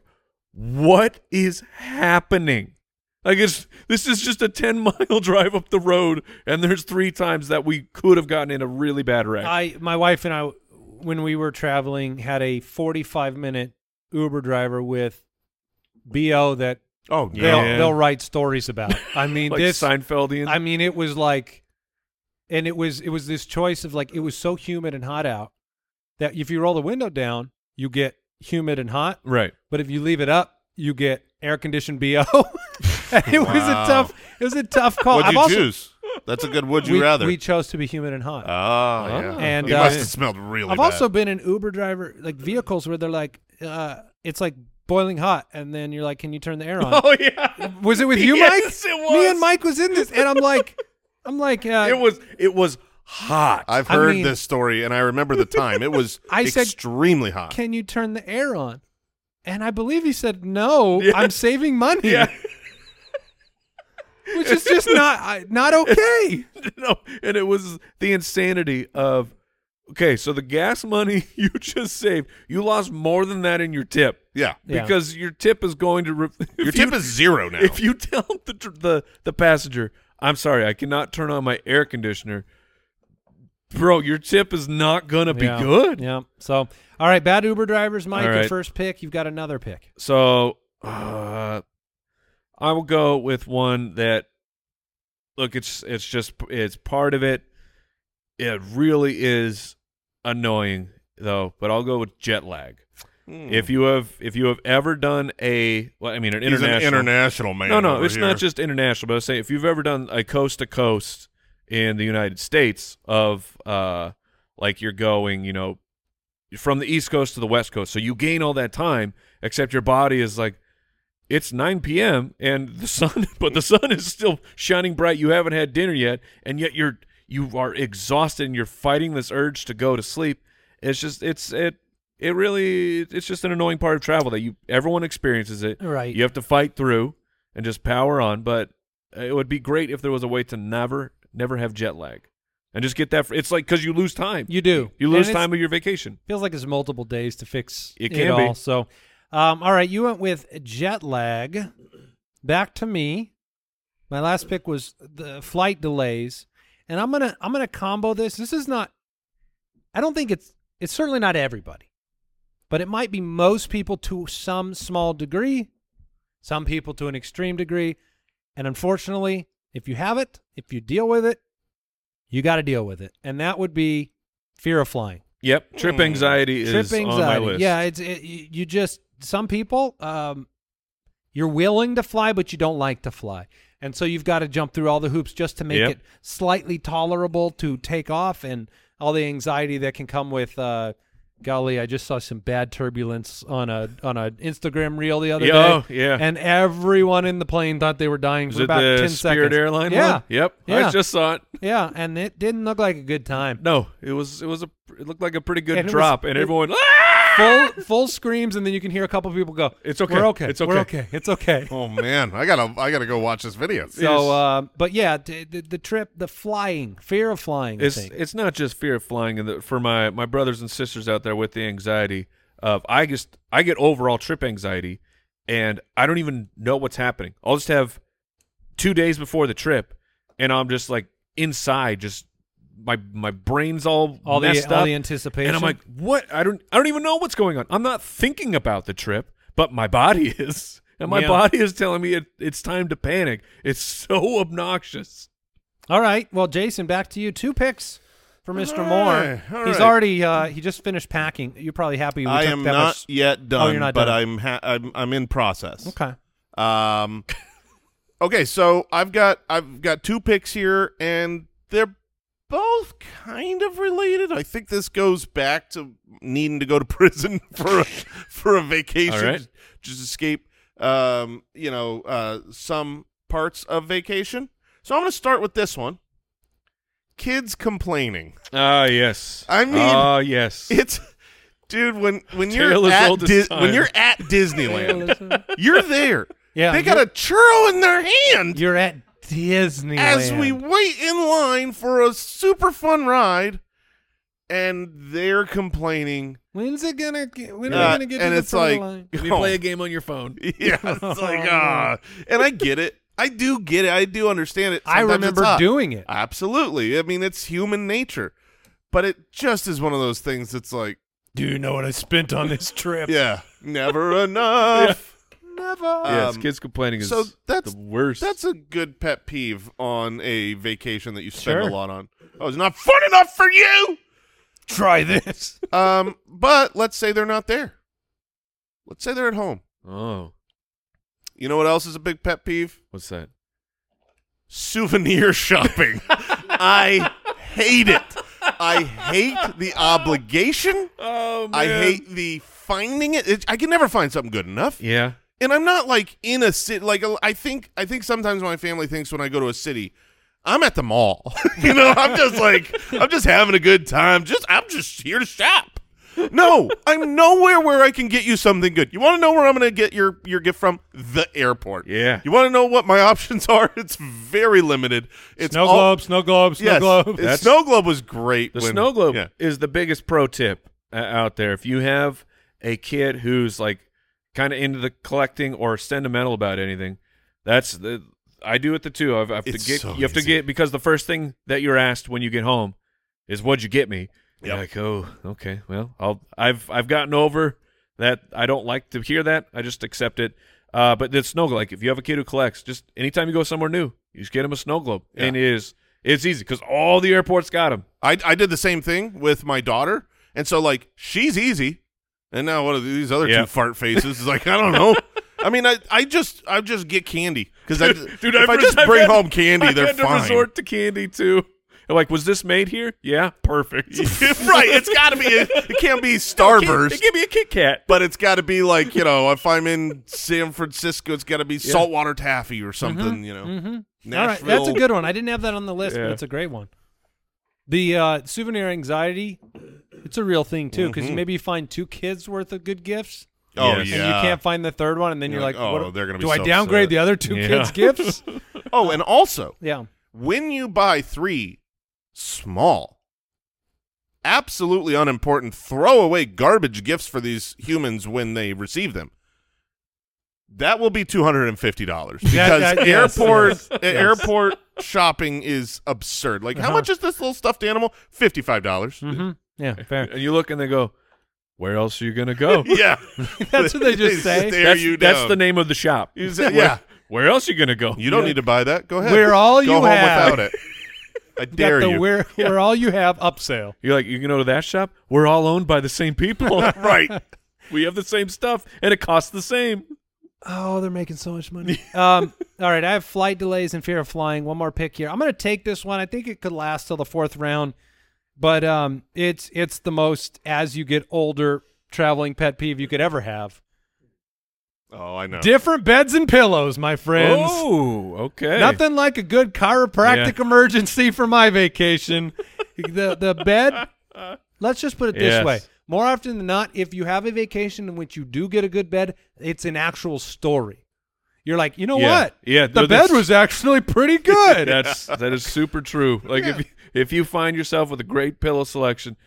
Speaker 5: what is happening? Like it's this is just a ten mile drive up the road, and there's three times that we could have gotten in a really bad wreck.
Speaker 4: I, my wife and I, when we were traveling, had a 45 minute Uber driver with bo that
Speaker 3: Oh no.
Speaker 4: they'll,
Speaker 5: Yeah.
Speaker 4: they'll write stories about. I mean,
Speaker 5: like
Speaker 4: this.
Speaker 5: Seinfeldian.
Speaker 4: I mean, it was like, and it was it was this choice of like it was so humid and hot out that if you roll the window down, you get humid and hot.
Speaker 5: Right.
Speaker 4: But if you leave it up, you get air conditioned bo. And it was a
Speaker 3: Wow.
Speaker 4: tough. It was a tough call.
Speaker 3: What'd
Speaker 4: I've
Speaker 3: you
Speaker 4: also-
Speaker 3: choose? That's a good. Would you
Speaker 4: we,
Speaker 3: rather?
Speaker 4: We chose to be humid and hot.
Speaker 3: oh, yeah.
Speaker 5: Oh.
Speaker 4: And,
Speaker 3: it
Speaker 4: uh,
Speaker 3: must have smelled really.
Speaker 4: I've
Speaker 3: bad.
Speaker 4: also been in Uber driver like vehicles where they're like, uh, it's like boiling hot, and then you're like, can you turn the air on?
Speaker 5: Oh yeah.
Speaker 4: Was it with you,
Speaker 5: Yes,
Speaker 4: Mike?
Speaker 5: it
Speaker 4: Me
Speaker 5: was.
Speaker 4: and Mike was in this, and I'm like, I'm like, uh,
Speaker 5: It was it was hot.
Speaker 3: I've
Speaker 4: I
Speaker 3: heard
Speaker 4: mean-
Speaker 3: this story, and I remember the time. It was
Speaker 4: I said-
Speaker 3: extremely hot.
Speaker 4: can you turn the air on? And I believe he said, no,
Speaker 5: Yeah.
Speaker 4: I'm saving money,
Speaker 5: yeah.
Speaker 4: which is just not I- not okay.
Speaker 5: no, and it was the insanity of okay, so the gas money you just saved, you lost more than that in your tip
Speaker 3: yeah,
Speaker 4: Yeah.
Speaker 5: because your tip is going to re-
Speaker 3: your
Speaker 5: if
Speaker 3: tip
Speaker 5: you,
Speaker 3: is zero now.
Speaker 5: if you tell the dr- the the passenger, I'm sorry, I cannot turn on my air conditioner. Bro, your tip is not gonna
Speaker 4: Yeah.
Speaker 5: be good.
Speaker 4: Yeah. So, all right, bad Uber drivers, Mike,
Speaker 5: All
Speaker 4: your
Speaker 5: right.
Speaker 4: first pick. You've got another pick.
Speaker 5: So uh, I will go with one that look it's it's just it's part of it. It really is annoying though, but I'll go with jet lag. If you have if you have ever done a well, I mean an
Speaker 3: Hmm. He's
Speaker 5: international
Speaker 3: an international man.
Speaker 5: No, no,
Speaker 3: over
Speaker 5: it's not
Speaker 3: here.
Speaker 5: just international, but I was saying if you've ever done a coast to coast in the United States of uh like you're going, you know, from the east coast to the west coast. So you gain all that time, except your body is like it's 9 p.m. and the sun but the sun is still shining bright. You haven't had dinner yet, and yet you're you are exhausted and you're fighting this urge to go to sleep. It's just it's it it really it's just an annoying part of travel that you everyone experiences it.
Speaker 4: Right.
Speaker 5: You have to fight through and just power on, but it would be great if there was a way to never never have jet lag. And just get that. fr- it's like because you lose time.
Speaker 4: You do.
Speaker 5: You lose
Speaker 4: And it's-
Speaker 5: time of your vacation.
Speaker 4: Feels like it's multiple days to fix
Speaker 5: It can
Speaker 4: all.
Speaker 5: be.
Speaker 4: So, um, all right, you went with jet lag. Back to me. My last pick was the flight delays, and I'm gonna I'm gonna combo this. This is not. I don't think it's it's certainly not everybody, but it might be most people to some small degree, some people to an extreme degree, and unfortunately, if you have it, if you deal with it, you got to deal with it, and that would be fear of flying
Speaker 5: Yep. Trip anxiety is
Speaker 4: Mm. trip anxiety.
Speaker 5: on my list.
Speaker 4: Yeah, it's it, you you just some people um, you're willing to fly, but you don't like to fly, and so you've got to jump through all the hoops just to make
Speaker 5: Yep.
Speaker 4: it slightly tolerable to take off, and all the anxiety that can come with. Uh, golly, I just saw some bad turbulence on a on an Instagram reel the other
Speaker 5: Yeah,
Speaker 4: day.
Speaker 5: oh, yeah.
Speaker 4: and everyone in the plane thought they were dying
Speaker 5: Is
Speaker 4: for
Speaker 5: it
Speaker 4: about
Speaker 5: the
Speaker 4: ten
Speaker 5: Spirit
Speaker 4: seconds.
Speaker 5: Airline
Speaker 4: yeah,
Speaker 5: one? Yep.
Speaker 4: Yeah.
Speaker 5: I just saw it.
Speaker 4: yeah, and it didn't look like a good time.
Speaker 5: No, it was it was a it looked like a pretty good
Speaker 4: And it was-
Speaker 5: drop, and
Speaker 4: it-
Speaker 5: everyone. "Ah!"
Speaker 4: full full screams, and then you can hear a couple people go,
Speaker 5: It's okay.
Speaker 4: We're okay.
Speaker 5: It's
Speaker 4: We're
Speaker 5: okay."
Speaker 4: okay. It's okay."
Speaker 3: Oh man, I gotta, I gotta go watch this video.
Speaker 4: So, uh, but yeah, t- the, the trip, the flying, fear of flying. I
Speaker 5: It's
Speaker 4: think.
Speaker 5: it's not just fear of flying, and the, for my my brothers and sisters out there with the anxiety of I just I get overall trip anxiety, and I don't even know what's happening. I'll just have two days before the trip, and I'm just like inside, just my my brain's all
Speaker 4: all the
Speaker 5: messed
Speaker 4: all
Speaker 5: up.
Speaker 4: the anticipation.
Speaker 5: And I'm like, what? I don't I don't even know what's going on. I'm not thinking about the trip, but my body is. And my
Speaker 4: Yeah.
Speaker 5: body is telling me it, it's time to panic. It's so obnoxious.
Speaker 4: all right, well, Jason, back to you. Two picks for Mr.
Speaker 3: All
Speaker 4: Moore.
Speaker 3: right, all
Speaker 4: He's
Speaker 3: right.
Speaker 4: already uh, he just finished packing. You're probably happy. We
Speaker 3: I
Speaker 4: took
Speaker 3: am
Speaker 4: that
Speaker 3: not
Speaker 4: much- Oh,
Speaker 3: yet done,
Speaker 4: you're not
Speaker 3: but
Speaker 4: done.
Speaker 3: I'm, ha- I'm, I'm in process.
Speaker 4: Okay.
Speaker 3: Um, okay, so I've got I've got two picks here, and they're both kind of related. I think this goes back to needing to go to prison for a, for a vacation,
Speaker 5: All right.
Speaker 3: just escape. Um, you know, uh, some parts of vacation. So I'm going to start with this one. Kids complaining.
Speaker 5: Ah, yes.
Speaker 3: I mean-
Speaker 5: ah, yes.
Speaker 3: It's dude when when
Speaker 5: Tale
Speaker 3: you're
Speaker 5: as
Speaker 3: at
Speaker 5: old as
Speaker 3: Dis-
Speaker 5: time.
Speaker 3: when you're at Disneyland, you're there.
Speaker 4: Yeah,
Speaker 3: they got a churro in their hand.
Speaker 4: You're at Disneyland.
Speaker 3: as we wait in line for a super fun ride, and they're complaining.
Speaker 4: when's it gonna? Get, when are
Speaker 3: Uh,
Speaker 4: we gonna get
Speaker 3: and
Speaker 4: to
Speaker 3: it's
Speaker 4: the front of
Speaker 3: like-
Speaker 4: the line?
Speaker 5: Can we
Speaker 3: Oh.
Speaker 5: play a game on your phone?
Speaker 3: Yeah,
Speaker 4: Oh,
Speaker 3: it's like ah, and I get it. I do get it. I do understand it.
Speaker 4: I
Speaker 3: Sometimes it's
Speaker 4: remember
Speaker 3: hot.
Speaker 4: doing it.
Speaker 3: absolutely. I mean, it's human nature, but it just is one of those things that's like,
Speaker 4: Do you know what I spent on this trip?
Speaker 3: yeah, never enough. Never.
Speaker 5: yes,
Speaker 3: Um,
Speaker 5: kids complaining is
Speaker 3: so that's-
Speaker 5: the worst.
Speaker 3: That's a good pet peeve on a vacation that you spend
Speaker 4: Sure.
Speaker 3: a lot on. Oh, it's not fun enough for you.
Speaker 4: Try this.
Speaker 3: Um, but let's say they're not there. Let's say they're at home.
Speaker 5: Oh,
Speaker 3: You know what else is a big pet peeve?
Speaker 5: what's that?
Speaker 3: Souvenir shopping. I hate it. I hate the obligation.
Speaker 5: Oh, man.
Speaker 3: I hate the finding it. It- I can never find something good enough.
Speaker 5: Yeah.
Speaker 3: And I'm not like in a city. Like I think, I think sometimes my family thinks when I go to a city, I'm at the mall. you know, I'm just like, I'm just having a good time. Just, I'm just here to shop. No, I'm nowhere where I can get you something good. You want to know where I'm going to get your your gift from? The airport.
Speaker 5: Yeah.
Speaker 3: You want to know what my options are? It's very limited. It's
Speaker 4: snow
Speaker 3: all-
Speaker 4: globe, snow globe, snow
Speaker 3: Yes,
Speaker 4: globe.
Speaker 3: it- snow globe was great.
Speaker 5: The
Speaker 3: when-
Speaker 5: snow globe
Speaker 3: Yeah.
Speaker 5: is the biggest pro tip uh, out there. If you have a kid who's like kind of into the collecting or sentimental about anything, that's the I do it the two. I've, I have to
Speaker 3: It's
Speaker 5: get
Speaker 3: so
Speaker 5: you have to
Speaker 3: easy.
Speaker 5: get because the first thing that you're asked when you get home is what'd you get me? And
Speaker 3: Yep.
Speaker 5: you're Like oh okay well I'll I've I've gotten over that. I don't like to hear that. I just accept it. Uh, but the snow globe, like if you have a kid who collects, just anytime you go somewhere new, you just get him a snow globe, and it is it's easy because all the airports got them.
Speaker 3: I I did the same thing with my daughter, and so like she's easy, and now what are these other
Speaker 5: Yeah.
Speaker 3: two fart faces? Is like I don't know. I mean, I I just I just get candy because I
Speaker 5: Dude,
Speaker 3: if
Speaker 5: I've
Speaker 3: I just
Speaker 5: I've
Speaker 3: bring
Speaker 5: had-
Speaker 3: home candy,
Speaker 5: I've
Speaker 3: they're
Speaker 5: had to
Speaker 3: fine.
Speaker 5: resort to candy too. They're like, was this made here? Yeah, perfect.
Speaker 3: right? It's got to be. It, it can't be Starburst.
Speaker 5: Give, give me a Kit Kat.
Speaker 3: but it's got to be like you know, if I'm in San Francisco, it's got to be saltwater taffy or something. You know,
Speaker 4: Mhm. All right, that's a
Speaker 3: Nashville-
Speaker 4: good one. I didn't have that on the list,
Speaker 5: Yeah.
Speaker 4: but it's a great one. The uh, souvenir anxiety, it's a real thing too,
Speaker 3: Mm-hmm.
Speaker 4: because maybe you find two kids worth of good gifts,
Speaker 3: Oh
Speaker 5: Yes.
Speaker 3: yeah,
Speaker 4: and you can't find the third one, and then
Speaker 3: You're
Speaker 4: you're,
Speaker 3: like,
Speaker 4: like,
Speaker 3: "Oh,
Speaker 4: what-
Speaker 3: they're gonna be
Speaker 4: do I
Speaker 3: so
Speaker 4: downgrade
Speaker 3: upset."
Speaker 4: the other two
Speaker 5: Yeah.
Speaker 4: kids' gifts?"
Speaker 3: oh, and also
Speaker 4: Yeah,
Speaker 3: when you buy three small, absolutely unimportant, throwaway garbage gifts for these humans when they receive them, that will be two hundred and fifty dollars because
Speaker 4: Yeah, that- yes,
Speaker 3: airport
Speaker 4: yes,
Speaker 3: uh,
Speaker 4: yes.
Speaker 3: airport shopping is absurd. Like, how
Speaker 4: Uh-huh.
Speaker 3: much is this little stuffed animal? Fifty five dollars.
Speaker 4: hmm yeah, fair.
Speaker 5: And you look and they go, where else are you gonna go?
Speaker 3: Yeah,
Speaker 4: That's what they just say.
Speaker 3: stare
Speaker 5: that's,
Speaker 3: you
Speaker 5: that's
Speaker 3: down.
Speaker 5: the name of the shop.
Speaker 3: You say- yeah.
Speaker 5: Where else you gonna go?
Speaker 3: You don't need to buy that. Go ahead.
Speaker 4: We're all
Speaker 3: Go
Speaker 4: you
Speaker 3: home
Speaker 4: have.
Speaker 3: without it. I
Speaker 4: Got
Speaker 3: dare
Speaker 4: the
Speaker 3: you.
Speaker 4: Where, where all you have up sale.
Speaker 5: You're like, you can go to that shop. We're all owned by the same people.
Speaker 3: right.
Speaker 5: we have the same stuff, and it costs the same.
Speaker 4: Oh, they're making so much money. um, all right, I have flight delays and fear of flying. One more pick here. I'm going to take this one. I think it could last till the fourth round, but um, it's it's the most as you get older traveling pet peeve you could ever have.
Speaker 3: Oh, I know.
Speaker 4: Different beds and pillows, my friends.
Speaker 5: Oh, okay.
Speaker 4: Nothing like a good chiropractic emergency for my vacation. the the bed. Let's just put it this
Speaker 5: Yes.
Speaker 4: way. More often than not, if you have a vacation in which you do get a good bed, it's an actual story. You're like, you know
Speaker 5: Yeah.
Speaker 4: what?
Speaker 5: Yeah,
Speaker 4: the
Speaker 5: no,
Speaker 4: bed
Speaker 5: that's-
Speaker 4: was actually pretty good.
Speaker 5: That's that is super true. Like if you, if you find yourself with a great pillow selection,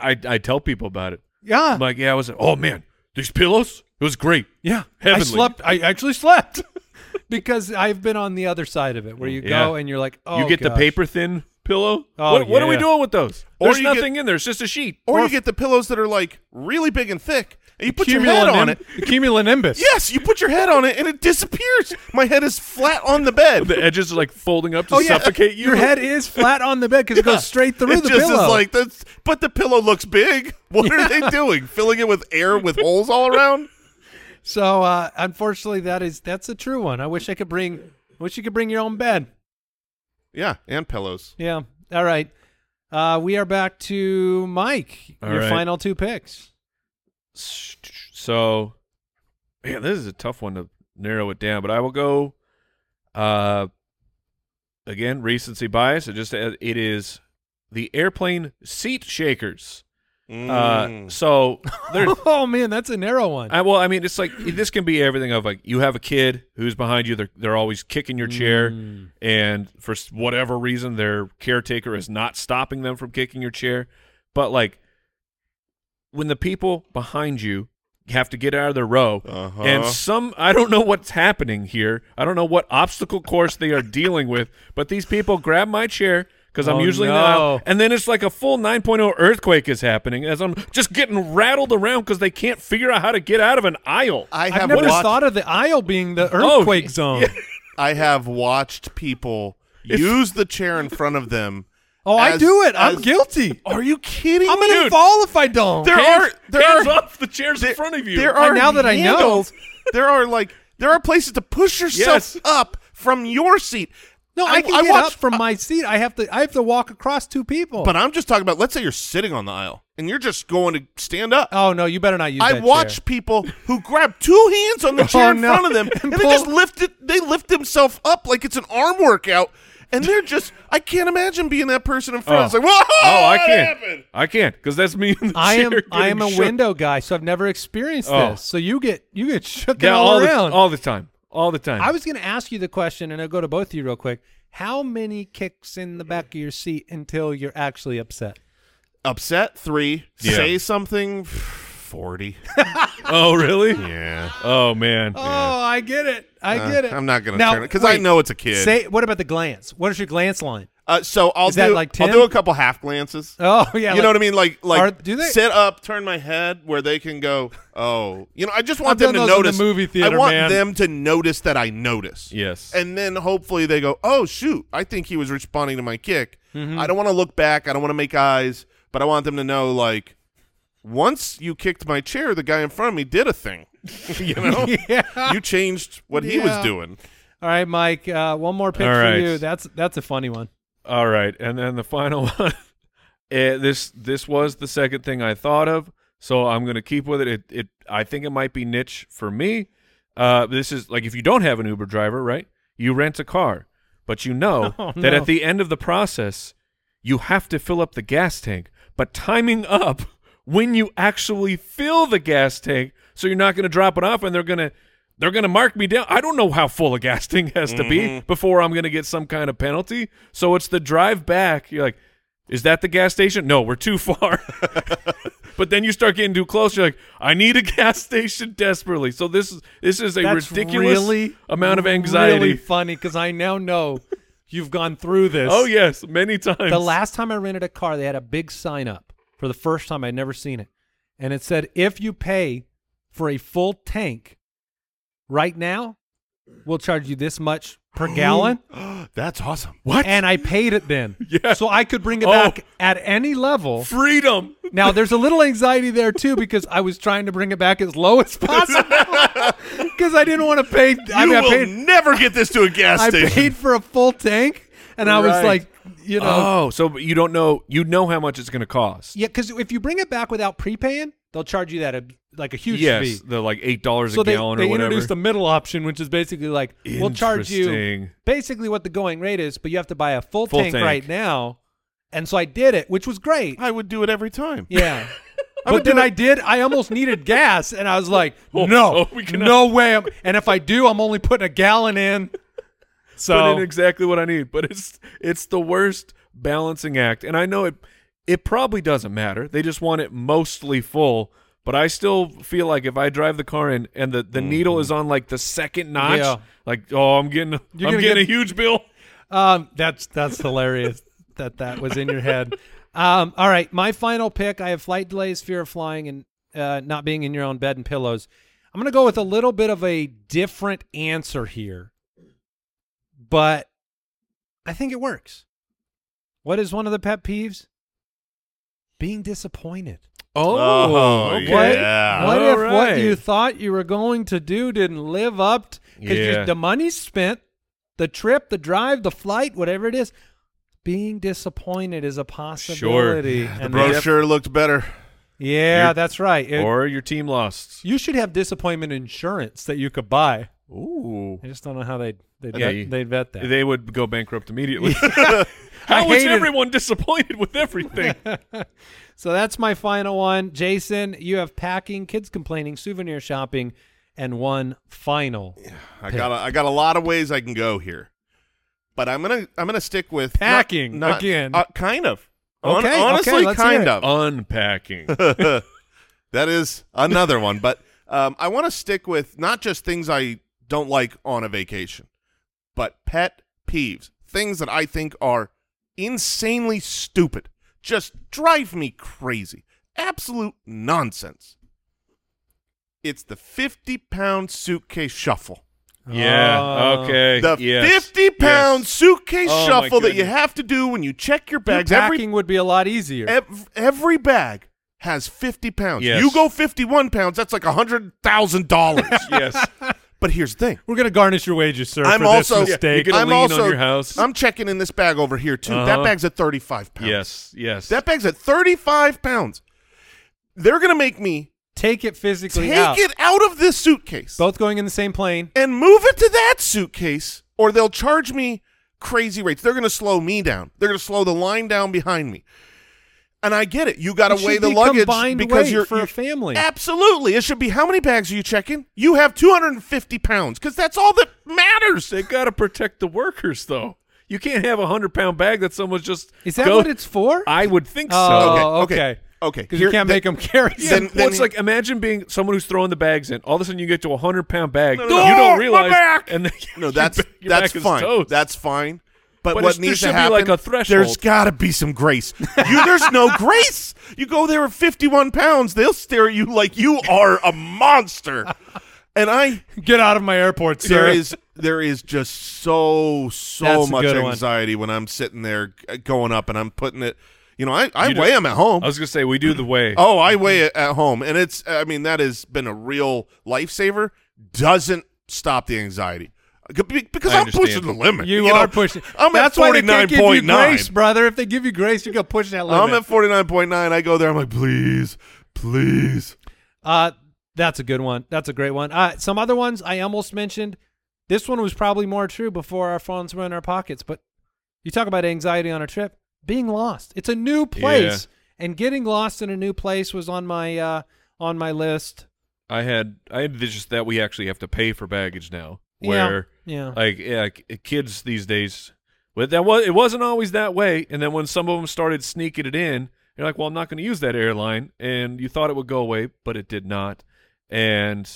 Speaker 5: I I tell people about it.
Speaker 4: yeah,
Speaker 5: I'm like, yeah, I was like, oh man, these pillows, it was great.
Speaker 4: yeah.
Speaker 5: heavenly.
Speaker 4: I slept. I actually slept because I've been on the other side of it, where you go
Speaker 5: Yeah.
Speaker 4: and you're like, oh,
Speaker 5: you get the
Speaker 4: gosh.
Speaker 5: paper thin pillow.
Speaker 4: Oh,
Speaker 5: what, what are we
Speaker 4: yeah.
Speaker 5: doing with those?
Speaker 3: Or
Speaker 5: There's
Speaker 3: you get-
Speaker 5: nothing in there. It's just a sheet.
Speaker 3: or, you get the pillows that are like really big and thick, and you put your head
Speaker 4: Cumulonimbus-
Speaker 3: on it.
Speaker 4: The cumulonimbus.
Speaker 3: Yes, you put your head on it, and it disappears. My head is flat on the bed.
Speaker 5: the edges are like folding up to
Speaker 4: Oh yeah,
Speaker 5: suffocate you.
Speaker 4: Your head is flat on the bed because it goes straight through
Speaker 3: it
Speaker 4: the
Speaker 3: just
Speaker 4: pillow.
Speaker 3: is like that's. But the pillow looks big. What are they doing? Filling it with air with holes all around?
Speaker 4: So uh, unfortunately, that is that's a true one. I wish I could bring. I wish you could bring your own bed.
Speaker 3: Yeah, and pillows.
Speaker 4: Yeah. All right. Uh, we are back to Mike.
Speaker 5: All
Speaker 4: your
Speaker 5: right.
Speaker 4: final two picks.
Speaker 5: So, man, this is a tough one to narrow it down. But I will go. Uh, again, recency bias. It just uh, it is the airplane seat shakers. Uh,
Speaker 3: Mm.
Speaker 5: so there's
Speaker 4: Oh man, that's a narrow one.
Speaker 5: I, well, I mean, it's like this can be everything of like you have a kid who's behind you; they're they're always kicking your chair,
Speaker 4: Mm.
Speaker 5: and for s- whatever reason, their caretaker is not stopping them from kicking your chair. But like when the people behind you have to get out of their row,
Speaker 3: Uh-huh.
Speaker 5: and some I don't know what's happening here. I don't know what obstacle course they are dealing with, but these people grab my chair. Because I'm
Speaker 4: Oh,
Speaker 5: usually in the
Speaker 4: no.
Speaker 5: aisle, and then it's like a full 9.0 earthquake is happening as I'm just getting rattled around because they can't figure out how to get out of an aisle.
Speaker 3: I
Speaker 4: I've
Speaker 3: have
Speaker 4: never
Speaker 3: watched.
Speaker 4: thought of the aisle being the
Speaker 5: Oh,
Speaker 4: earthquake
Speaker 5: yeah.
Speaker 4: zone.
Speaker 3: I have watched people use the chair in front of them
Speaker 4: Oh, I
Speaker 3: as-
Speaker 4: do it.
Speaker 3: as-
Speaker 4: I'm
Speaker 3: Oh,
Speaker 4: guilty.
Speaker 3: Are you kidding?
Speaker 4: I'm gonna
Speaker 3: me?
Speaker 4: fall if I don't.
Speaker 3: There
Speaker 5: Hands,
Speaker 3: are there
Speaker 5: hands
Speaker 3: are
Speaker 5: off the chairs in front of you.
Speaker 3: There
Speaker 4: And
Speaker 3: are
Speaker 4: now that I know-
Speaker 3: handles. there are like there are places to push yourself
Speaker 5: Yes.
Speaker 3: up from your seat.
Speaker 4: no, I, can get up
Speaker 3: watched-
Speaker 4: from my seat. I have to. I have to walk across two people.
Speaker 3: But I'm just talking about. Let's say you're sitting on the aisle and you're just going to stand up.
Speaker 4: oh no, you better not use.
Speaker 3: I
Speaker 4: that chair.
Speaker 3: watch people who grab two hands on the chair
Speaker 4: Oh,
Speaker 3: in
Speaker 4: no.
Speaker 3: front of them and, they
Speaker 4: pull-
Speaker 3: just lift it. They lift themselves up like it's an arm workout, and they're just. I can't imagine being that person in front.
Speaker 5: Oh.
Speaker 3: It's like, whoa!
Speaker 5: oh, I
Speaker 3: what
Speaker 5: can't.
Speaker 3: happened?"
Speaker 5: I can't because that's me. In the
Speaker 4: I am.
Speaker 5: chair
Speaker 4: I am a
Speaker 5: getting shook.
Speaker 4: window guy, so I've never experienced
Speaker 5: Oh.
Speaker 4: this. So you get you get shook
Speaker 5: Yeah,
Speaker 4: all,
Speaker 5: all the,
Speaker 4: around.
Speaker 5: all the time, all the time.
Speaker 4: I was going to ask you the question, and I'll go to both of you real quick. How many kicks in the back of your seat until you're actually upset?
Speaker 3: Upset three.
Speaker 5: Yeah.
Speaker 3: Say something. Forty.
Speaker 5: oh, really?
Speaker 3: Yeah.
Speaker 5: Oh man.
Speaker 4: Oh, I get it. I
Speaker 3: Uh,
Speaker 4: get it.
Speaker 3: I'm not gonna
Speaker 4: Now,
Speaker 3: turn it because I
Speaker 4: wait,
Speaker 3: know it's a kid.
Speaker 4: Say what about the glance? What is your glance line?
Speaker 3: uh, so I'll
Speaker 4: Is that
Speaker 3: do.
Speaker 4: like
Speaker 3: I'll
Speaker 4: 10?
Speaker 3: do a couple half glances.
Speaker 4: Oh yeah,
Speaker 3: you know what I mean? Like, like
Speaker 4: Are- do they-
Speaker 3: sit up, turn my head where they can go. Oh, you know, I just want
Speaker 4: I've
Speaker 3: them to
Speaker 4: done those in the
Speaker 3: notice.
Speaker 4: movie theater,
Speaker 3: I want
Speaker 4: man.
Speaker 3: them to notice that I notice.
Speaker 5: Yes.
Speaker 3: and then hopefully they go, "Oh shoot, I think he was responding to my kick."
Speaker 4: Mm-hmm.
Speaker 3: I don't want to look back. I don't want to make eyes, but I want them to know like once you kicked my chair, the guy in front of me did a thing. you know,
Speaker 4: Yeah.
Speaker 3: you changed what he was
Speaker 4: Yeah.
Speaker 3: doing.
Speaker 4: All right, Mike. Uh, one more pick
Speaker 5: All
Speaker 4: for
Speaker 5: right.
Speaker 4: you. That's that's a funny one.
Speaker 5: All right, and then the final one. Eh, this this was the second thing I thought of, so I'm gonna keep with it. It it I think it might be niche for me. Uh, this is like if you don't have an Uber driver, right? You rent a car, but you know
Speaker 4: Oh,
Speaker 5: that
Speaker 4: no.
Speaker 5: at the end of the process, you have to fill up the gas tank. But timing up when you actually fill the gas tank, so you're not gonna drop it off, and they're gonna they're going to mark me down. I don't know how full a gas tank has to be before I'm going to get some kind of penalty. So it's the drive back. You're like, is that the gas station? No, we're too far. but then you start getting too close. You're like, I need a gas station desperately. So this is this is a
Speaker 4: That's
Speaker 5: ridiculous
Speaker 4: really,
Speaker 5: amount of anxiety.
Speaker 4: Really funny because I now know you've gone through this.
Speaker 5: oh yes, many times.
Speaker 4: The last time I rented a car, they had a big sign up for the first time. I'd never seen it. And it said, if you pay for a full tank right now, we'll charge you this much per gallon.
Speaker 3: That's awesome.
Speaker 5: what
Speaker 4: And I paid it then.
Speaker 5: Yeah.
Speaker 4: So I could bring it
Speaker 5: Oh.
Speaker 4: back at any level.
Speaker 5: freedom?
Speaker 4: Now, there's a little anxiety there too because I was trying to bring it back as low as possible because I didn't want to pay. I
Speaker 3: You
Speaker 4: mean, I
Speaker 3: will
Speaker 4: paid,
Speaker 3: never get this to a gas
Speaker 4: I
Speaker 3: station.
Speaker 4: paid for a full tank, and I was
Speaker 5: Right.
Speaker 4: like, you know,
Speaker 5: oh, so you don't know you know how much it's going to cost.
Speaker 4: Yeah, because if you bring it back without prepaying, they'll charge you that a, like a huge
Speaker 5: yes,
Speaker 4: fee.
Speaker 5: the like eight dollars
Speaker 4: So
Speaker 5: a
Speaker 4: they,
Speaker 5: gallon
Speaker 4: they
Speaker 5: or whatever.
Speaker 4: introduced a middle option, which is basically like we'll charge you
Speaker 5: Interesting.
Speaker 4: basically what the going rate is, but you have to buy a full,
Speaker 5: Full
Speaker 4: tank,
Speaker 5: tank.
Speaker 4: right now. And so I did it, which was great.
Speaker 3: I would do it every time.
Speaker 4: Yeah.
Speaker 3: would
Speaker 4: But
Speaker 3: do
Speaker 4: then
Speaker 3: it-
Speaker 4: I did. I almost needed gas, and I was like,
Speaker 5: Oh,
Speaker 4: "No,
Speaker 5: oh, we cannot-
Speaker 4: no way!" I'm, and if I do, I'm only putting a gallon in.
Speaker 5: put
Speaker 4: So
Speaker 5: in exactly what I need. But it's it's the worst balancing act, and I know it. It probably doesn't matter. They just want it mostly full. But I still feel like if I drive the car in and the, the needle is on like the second
Speaker 4: Mm-hmm.
Speaker 5: notch,
Speaker 4: Yeah.
Speaker 5: like oh I'm getting
Speaker 4: You're
Speaker 5: I'm
Speaker 4: gonna
Speaker 5: getting
Speaker 4: get-
Speaker 5: a huge bill.
Speaker 4: Um, that's that's hilarious that that was in your head. Um, all right, my final pick. I have flight delays, fear of flying, and uh, not being in your own bed and pillows. I'm going to go with a little bit of a different answer here, but I think it works. What is one of the pet peeves? Being disappointed.
Speaker 3: Oh,
Speaker 5: okay.
Speaker 4: What,
Speaker 3: Yeah.
Speaker 4: what
Speaker 5: All
Speaker 4: if what
Speaker 5: right.
Speaker 4: you thought you were going to do didn't live up because
Speaker 5: Yeah.
Speaker 4: the money spent, the trip, the drive, the flight, whatever it is, being disappointed is a possibility.
Speaker 5: The
Speaker 4: And
Speaker 5: brochure-
Speaker 4: that-
Speaker 3: Brochure looked better.
Speaker 4: yeah,
Speaker 5: You're-
Speaker 4: that's right. It-
Speaker 5: Or your team lost.
Speaker 4: you should have disappointment insurance that you could buy.
Speaker 5: Ooh,
Speaker 4: I just don't know how they'd they'd,
Speaker 5: Yeah,
Speaker 4: vet,
Speaker 5: you-
Speaker 4: they'd vet that.
Speaker 5: they would go bankrupt immediately.
Speaker 4: I
Speaker 5: How is
Speaker 4: hated-
Speaker 5: everyone disappointed with everything?
Speaker 4: so that's my final one. Jason, you have packing, kids complaining, souvenir shopping, and one final
Speaker 3: I got a, I got a lot of ways I can go here, but I'm gonna I'm gonna stick with not-
Speaker 4: Packing again.
Speaker 3: Uh, kind of. Hon-
Speaker 4: Okay, okay,
Speaker 3: honestly,
Speaker 4: let's
Speaker 3: kind
Speaker 4: hear it. Oh.
Speaker 3: of.
Speaker 5: Unpacking.
Speaker 3: that is another one, but um, I want to stick with not just things I don't like on a vacation, but pet peeves, things that I think are insanely stupid, just drive me crazy, absolute nonsense. It's the fifty-pound suitcase shuffle.
Speaker 5: Yeah.
Speaker 4: Oh.
Speaker 5: okay.
Speaker 3: The
Speaker 5: yes.
Speaker 3: fifty-pound
Speaker 5: Yes.
Speaker 3: suitcase
Speaker 5: Oh, my
Speaker 3: shuffle that you
Speaker 5: goodness.
Speaker 3: have to do when you check your
Speaker 4: Your
Speaker 3: bags.
Speaker 4: packing
Speaker 3: Every
Speaker 4: would be a lot easier.
Speaker 3: ev- every bag has fifty pounds.
Speaker 5: Yes.
Speaker 3: You go fifty-one pounds, that's like hundred thousand dollars.
Speaker 5: Yes.
Speaker 3: But here's the thing:
Speaker 4: We're gonna garnish your wages, sir.
Speaker 3: I'm
Speaker 4: for this
Speaker 3: also
Speaker 4: mistake.
Speaker 5: You get a
Speaker 3: I'm
Speaker 5: lien on
Speaker 3: also
Speaker 5: your house.
Speaker 3: I'm checking in this bag over here too. That
Speaker 5: Uh-huh.
Speaker 3: bag's at thirty-five pounds.
Speaker 5: yes. Yes.
Speaker 3: That bag's at 35 pounds. They're going to make me
Speaker 4: Take it physically
Speaker 3: take
Speaker 4: out.
Speaker 3: it out of this suitcase
Speaker 4: Both going in the same plane.
Speaker 3: and move it to that suitcase, or they'll charge me crazy rates. They're going to slow me down. They're going to slow the line down behind me. And I get it. You got
Speaker 4: It
Speaker 3: to weigh
Speaker 4: should
Speaker 3: the
Speaker 4: be
Speaker 3: luggage
Speaker 4: combined
Speaker 3: because
Speaker 4: weight
Speaker 3: you're
Speaker 4: for a
Speaker 3: you're-
Speaker 4: family.
Speaker 3: Absolutely, it should be. How many bags are you checking? You have 250 pounds because that's all that matters.
Speaker 5: they got to protect the workers, though. You can't have a hundred pound bag that someone's just.
Speaker 4: Is that
Speaker 5: go-
Speaker 4: what it's for?
Speaker 5: I would think
Speaker 4: Oh,
Speaker 5: so.
Speaker 4: okay.
Speaker 3: okay, okay.
Speaker 4: Because
Speaker 3: Here-
Speaker 4: you can't
Speaker 3: that-
Speaker 4: make them carry.
Speaker 5: Yeah,
Speaker 4: them.
Speaker 3: then-
Speaker 5: well,
Speaker 3: then
Speaker 5: it's
Speaker 3: he-
Speaker 5: like imagine being someone who's throwing the bags in. All of a sudden, you get to a hundred pound bag.
Speaker 3: no, no.
Speaker 5: You
Speaker 3: Oh,
Speaker 5: don't
Speaker 3: my
Speaker 5: realize.
Speaker 3: back!
Speaker 5: And then
Speaker 3: No,
Speaker 5: your
Speaker 3: that's
Speaker 5: ba- your
Speaker 3: that's
Speaker 5: back is
Speaker 3: fine.
Speaker 5: toast.
Speaker 3: That's fine. But,
Speaker 5: But
Speaker 3: what
Speaker 5: it's- there
Speaker 3: needs to
Speaker 5: should be
Speaker 3: happen?
Speaker 5: like a threshold.
Speaker 3: There's got to be some grace. You, there's no grace. You go there with 51 pounds, they'll stare at you like you are a monster. And I,
Speaker 4: Get out of my airport,
Speaker 3: there
Speaker 4: sir.
Speaker 3: is, there is just so so
Speaker 4: That's a
Speaker 3: much
Speaker 4: good one.
Speaker 3: anxiety when I'm sitting there uh, going up and I'm putting it. You know, I I
Speaker 5: You
Speaker 3: weigh them at home.
Speaker 4: Oh,
Speaker 5: I was gonna say we do the way.
Speaker 3: Oh, I weigh it at home, and it's. I mean, that has been a real lifesaver. Doesn't stop the anxiety Be- because
Speaker 5: I
Speaker 3: I'm pushing
Speaker 5: understand.
Speaker 3: the limit.
Speaker 4: you,
Speaker 3: know?
Speaker 4: are pushing.
Speaker 3: I'm
Speaker 4: That's
Speaker 3: at forty nine point
Speaker 4: Why they can't
Speaker 3: nine.
Speaker 4: give you grace, brother. If they give you grace, you're gonna push that limit.
Speaker 3: I'm at forty nine point nine. I go there. I'm like, please, please.
Speaker 4: Uh, that's a good one. That's a great one. Uh, some other ones I almost mentioned. This one was probably more true before our phones were in our pockets. But you talk about anxiety on a trip, being lost. It's a new place, and getting lost in a new place was on my uh, on my list.
Speaker 5: I had I had this just that we actually have to pay for baggage now. Where
Speaker 4: yeah, yeah.
Speaker 5: like yeah, k- kids these days, but that was it wasn't always that way. And then when some of them started sneaking it in, you're like, well, I'm not going to use that airline, and you thought it would go away, but it did not. And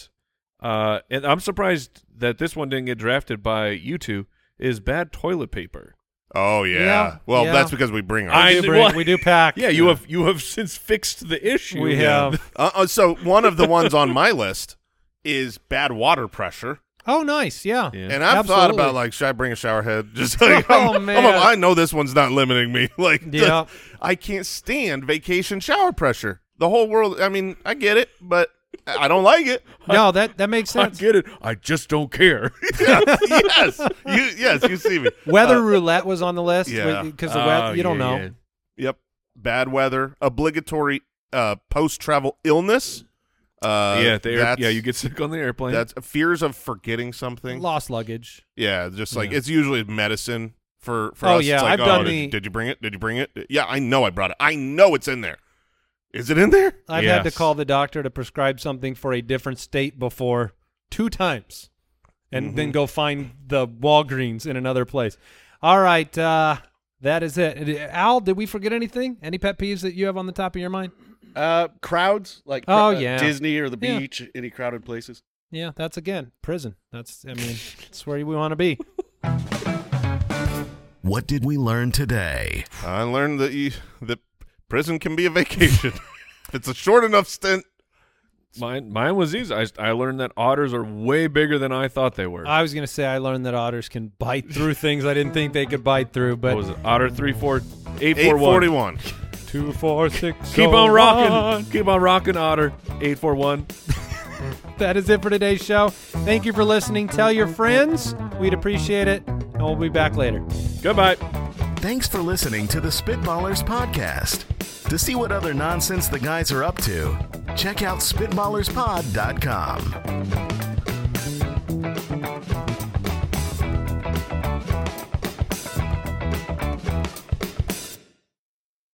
Speaker 5: uh, and I'm surprised that this one didn't get drafted by you two. Is bad toilet paper.
Speaker 3: Oh yeah.
Speaker 4: Yeah,
Speaker 3: well,
Speaker 4: yeah.
Speaker 3: that's because we bring our.
Speaker 5: I-
Speaker 4: we do, bring-
Speaker 5: well-
Speaker 4: we do pack.
Speaker 5: Yeah, you have you have since fixed the issue.
Speaker 4: We have.
Speaker 3: Uh, uh, so one of the ones on my list is bad water pressure,
Speaker 4: Oh, nice. Yeah.
Speaker 5: Yeah.
Speaker 3: and I've thought
Speaker 4: Absolutely.
Speaker 3: about like, should I bring a shower head? Just like,
Speaker 4: Oh,
Speaker 3: I'm- I'm a-
Speaker 4: man.
Speaker 3: i know this one's not limiting me. Like,
Speaker 4: Yeah.
Speaker 3: I can't stand vacation shower pressure. The whole world. I mean, I get it, but I I don't like it.
Speaker 4: No, that that makes
Speaker 5: I
Speaker 4: sense.
Speaker 5: get it. I just don't care.
Speaker 3: yes, you. Yes, you see me. Uh,
Speaker 4: Weather roulette was on the list
Speaker 3: yeah.
Speaker 4: because the
Speaker 5: Oh,
Speaker 4: weather. You don't know.
Speaker 3: Yep. Bad weather, obligatory uh, post travel illness. Uh,
Speaker 5: yeah, the air-
Speaker 3: that's-
Speaker 5: yeah, you get sick on the airplane.
Speaker 3: that's fears of forgetting something.
Speaker 4: Lost luggage.
Speaker 3: Yeah, just like
Speaker 5: Yeah.
Speaker 3: it's usually medicine for for
Speaker 4: Oh,
Speaker 3: us. It's
Speaker 4: yeah,
Speaker 3: like,
Speaker 4: I've
Speaker 3: oh,
Speaker 4: done
Speaker 3: did,
Speaker 4: the-
Speaker 3: did you bring it? Did you bring it? Yeah, I know I brought it. I know it's in there. Is it in there?
Speaker 4: I've had to
Speaker 5: Yes.
Speaker 4: call the doctor to prescribe something for a different state before two times, and
Speaker 5: Mm-hmm.
Speaker 4: then go find the Walgreens in another place. All right, uh, that is it. Uh, Al, did we forget anything? Any pet peeves that you have on the top of your mind?
Speaker 2: Uh, crowds like
Speaker 4: Oh,
Speaker 2: uh,
Speaker 4: yeah.
Speaker 2: Disney or the
Speaker 4: Yeah.
Speaker 2: beach, any crowded places.
Speaker 4: Yeah, that's again prison. That's I mean, that's where we want to be.
Speaker 1: What did we learn today?
Speaker 3: I learned that you that prison can be a vacation. if it's a short enough stint.
Speaker 5: Mine, mine was easy. I, I learned that otters are way bigger than I thought they were.
Speaker 4: I was gonna say I learned that otters can bite through things I didn't think they could bite through,
Speaker 5: what
Speaker 4: but
Speaker 5: was it? Otter three four eight
Speaker 3: Eight
Speaker 5: four
Speaker 3: forty
Speaker 5: one.
Speaker 3: one.
Speaker 4: two, four, six.
Speaker 5: Keep
Speaker 4: go
Speaker 5: on rocking.
Speaker 4: on.
Speaker 5: Keep on rocking, otter eight four one.
Speaker 4: that is it for today's show. Thank you for listening. Tell your friends. We'd appreciate it. And we'll be back later.
Speaker 5: Goodbye.
Speaker 1: Thanks for listening to the Spitballers Podcast. To see what other nonsense the guys are up to, check out SpitballersPod.com.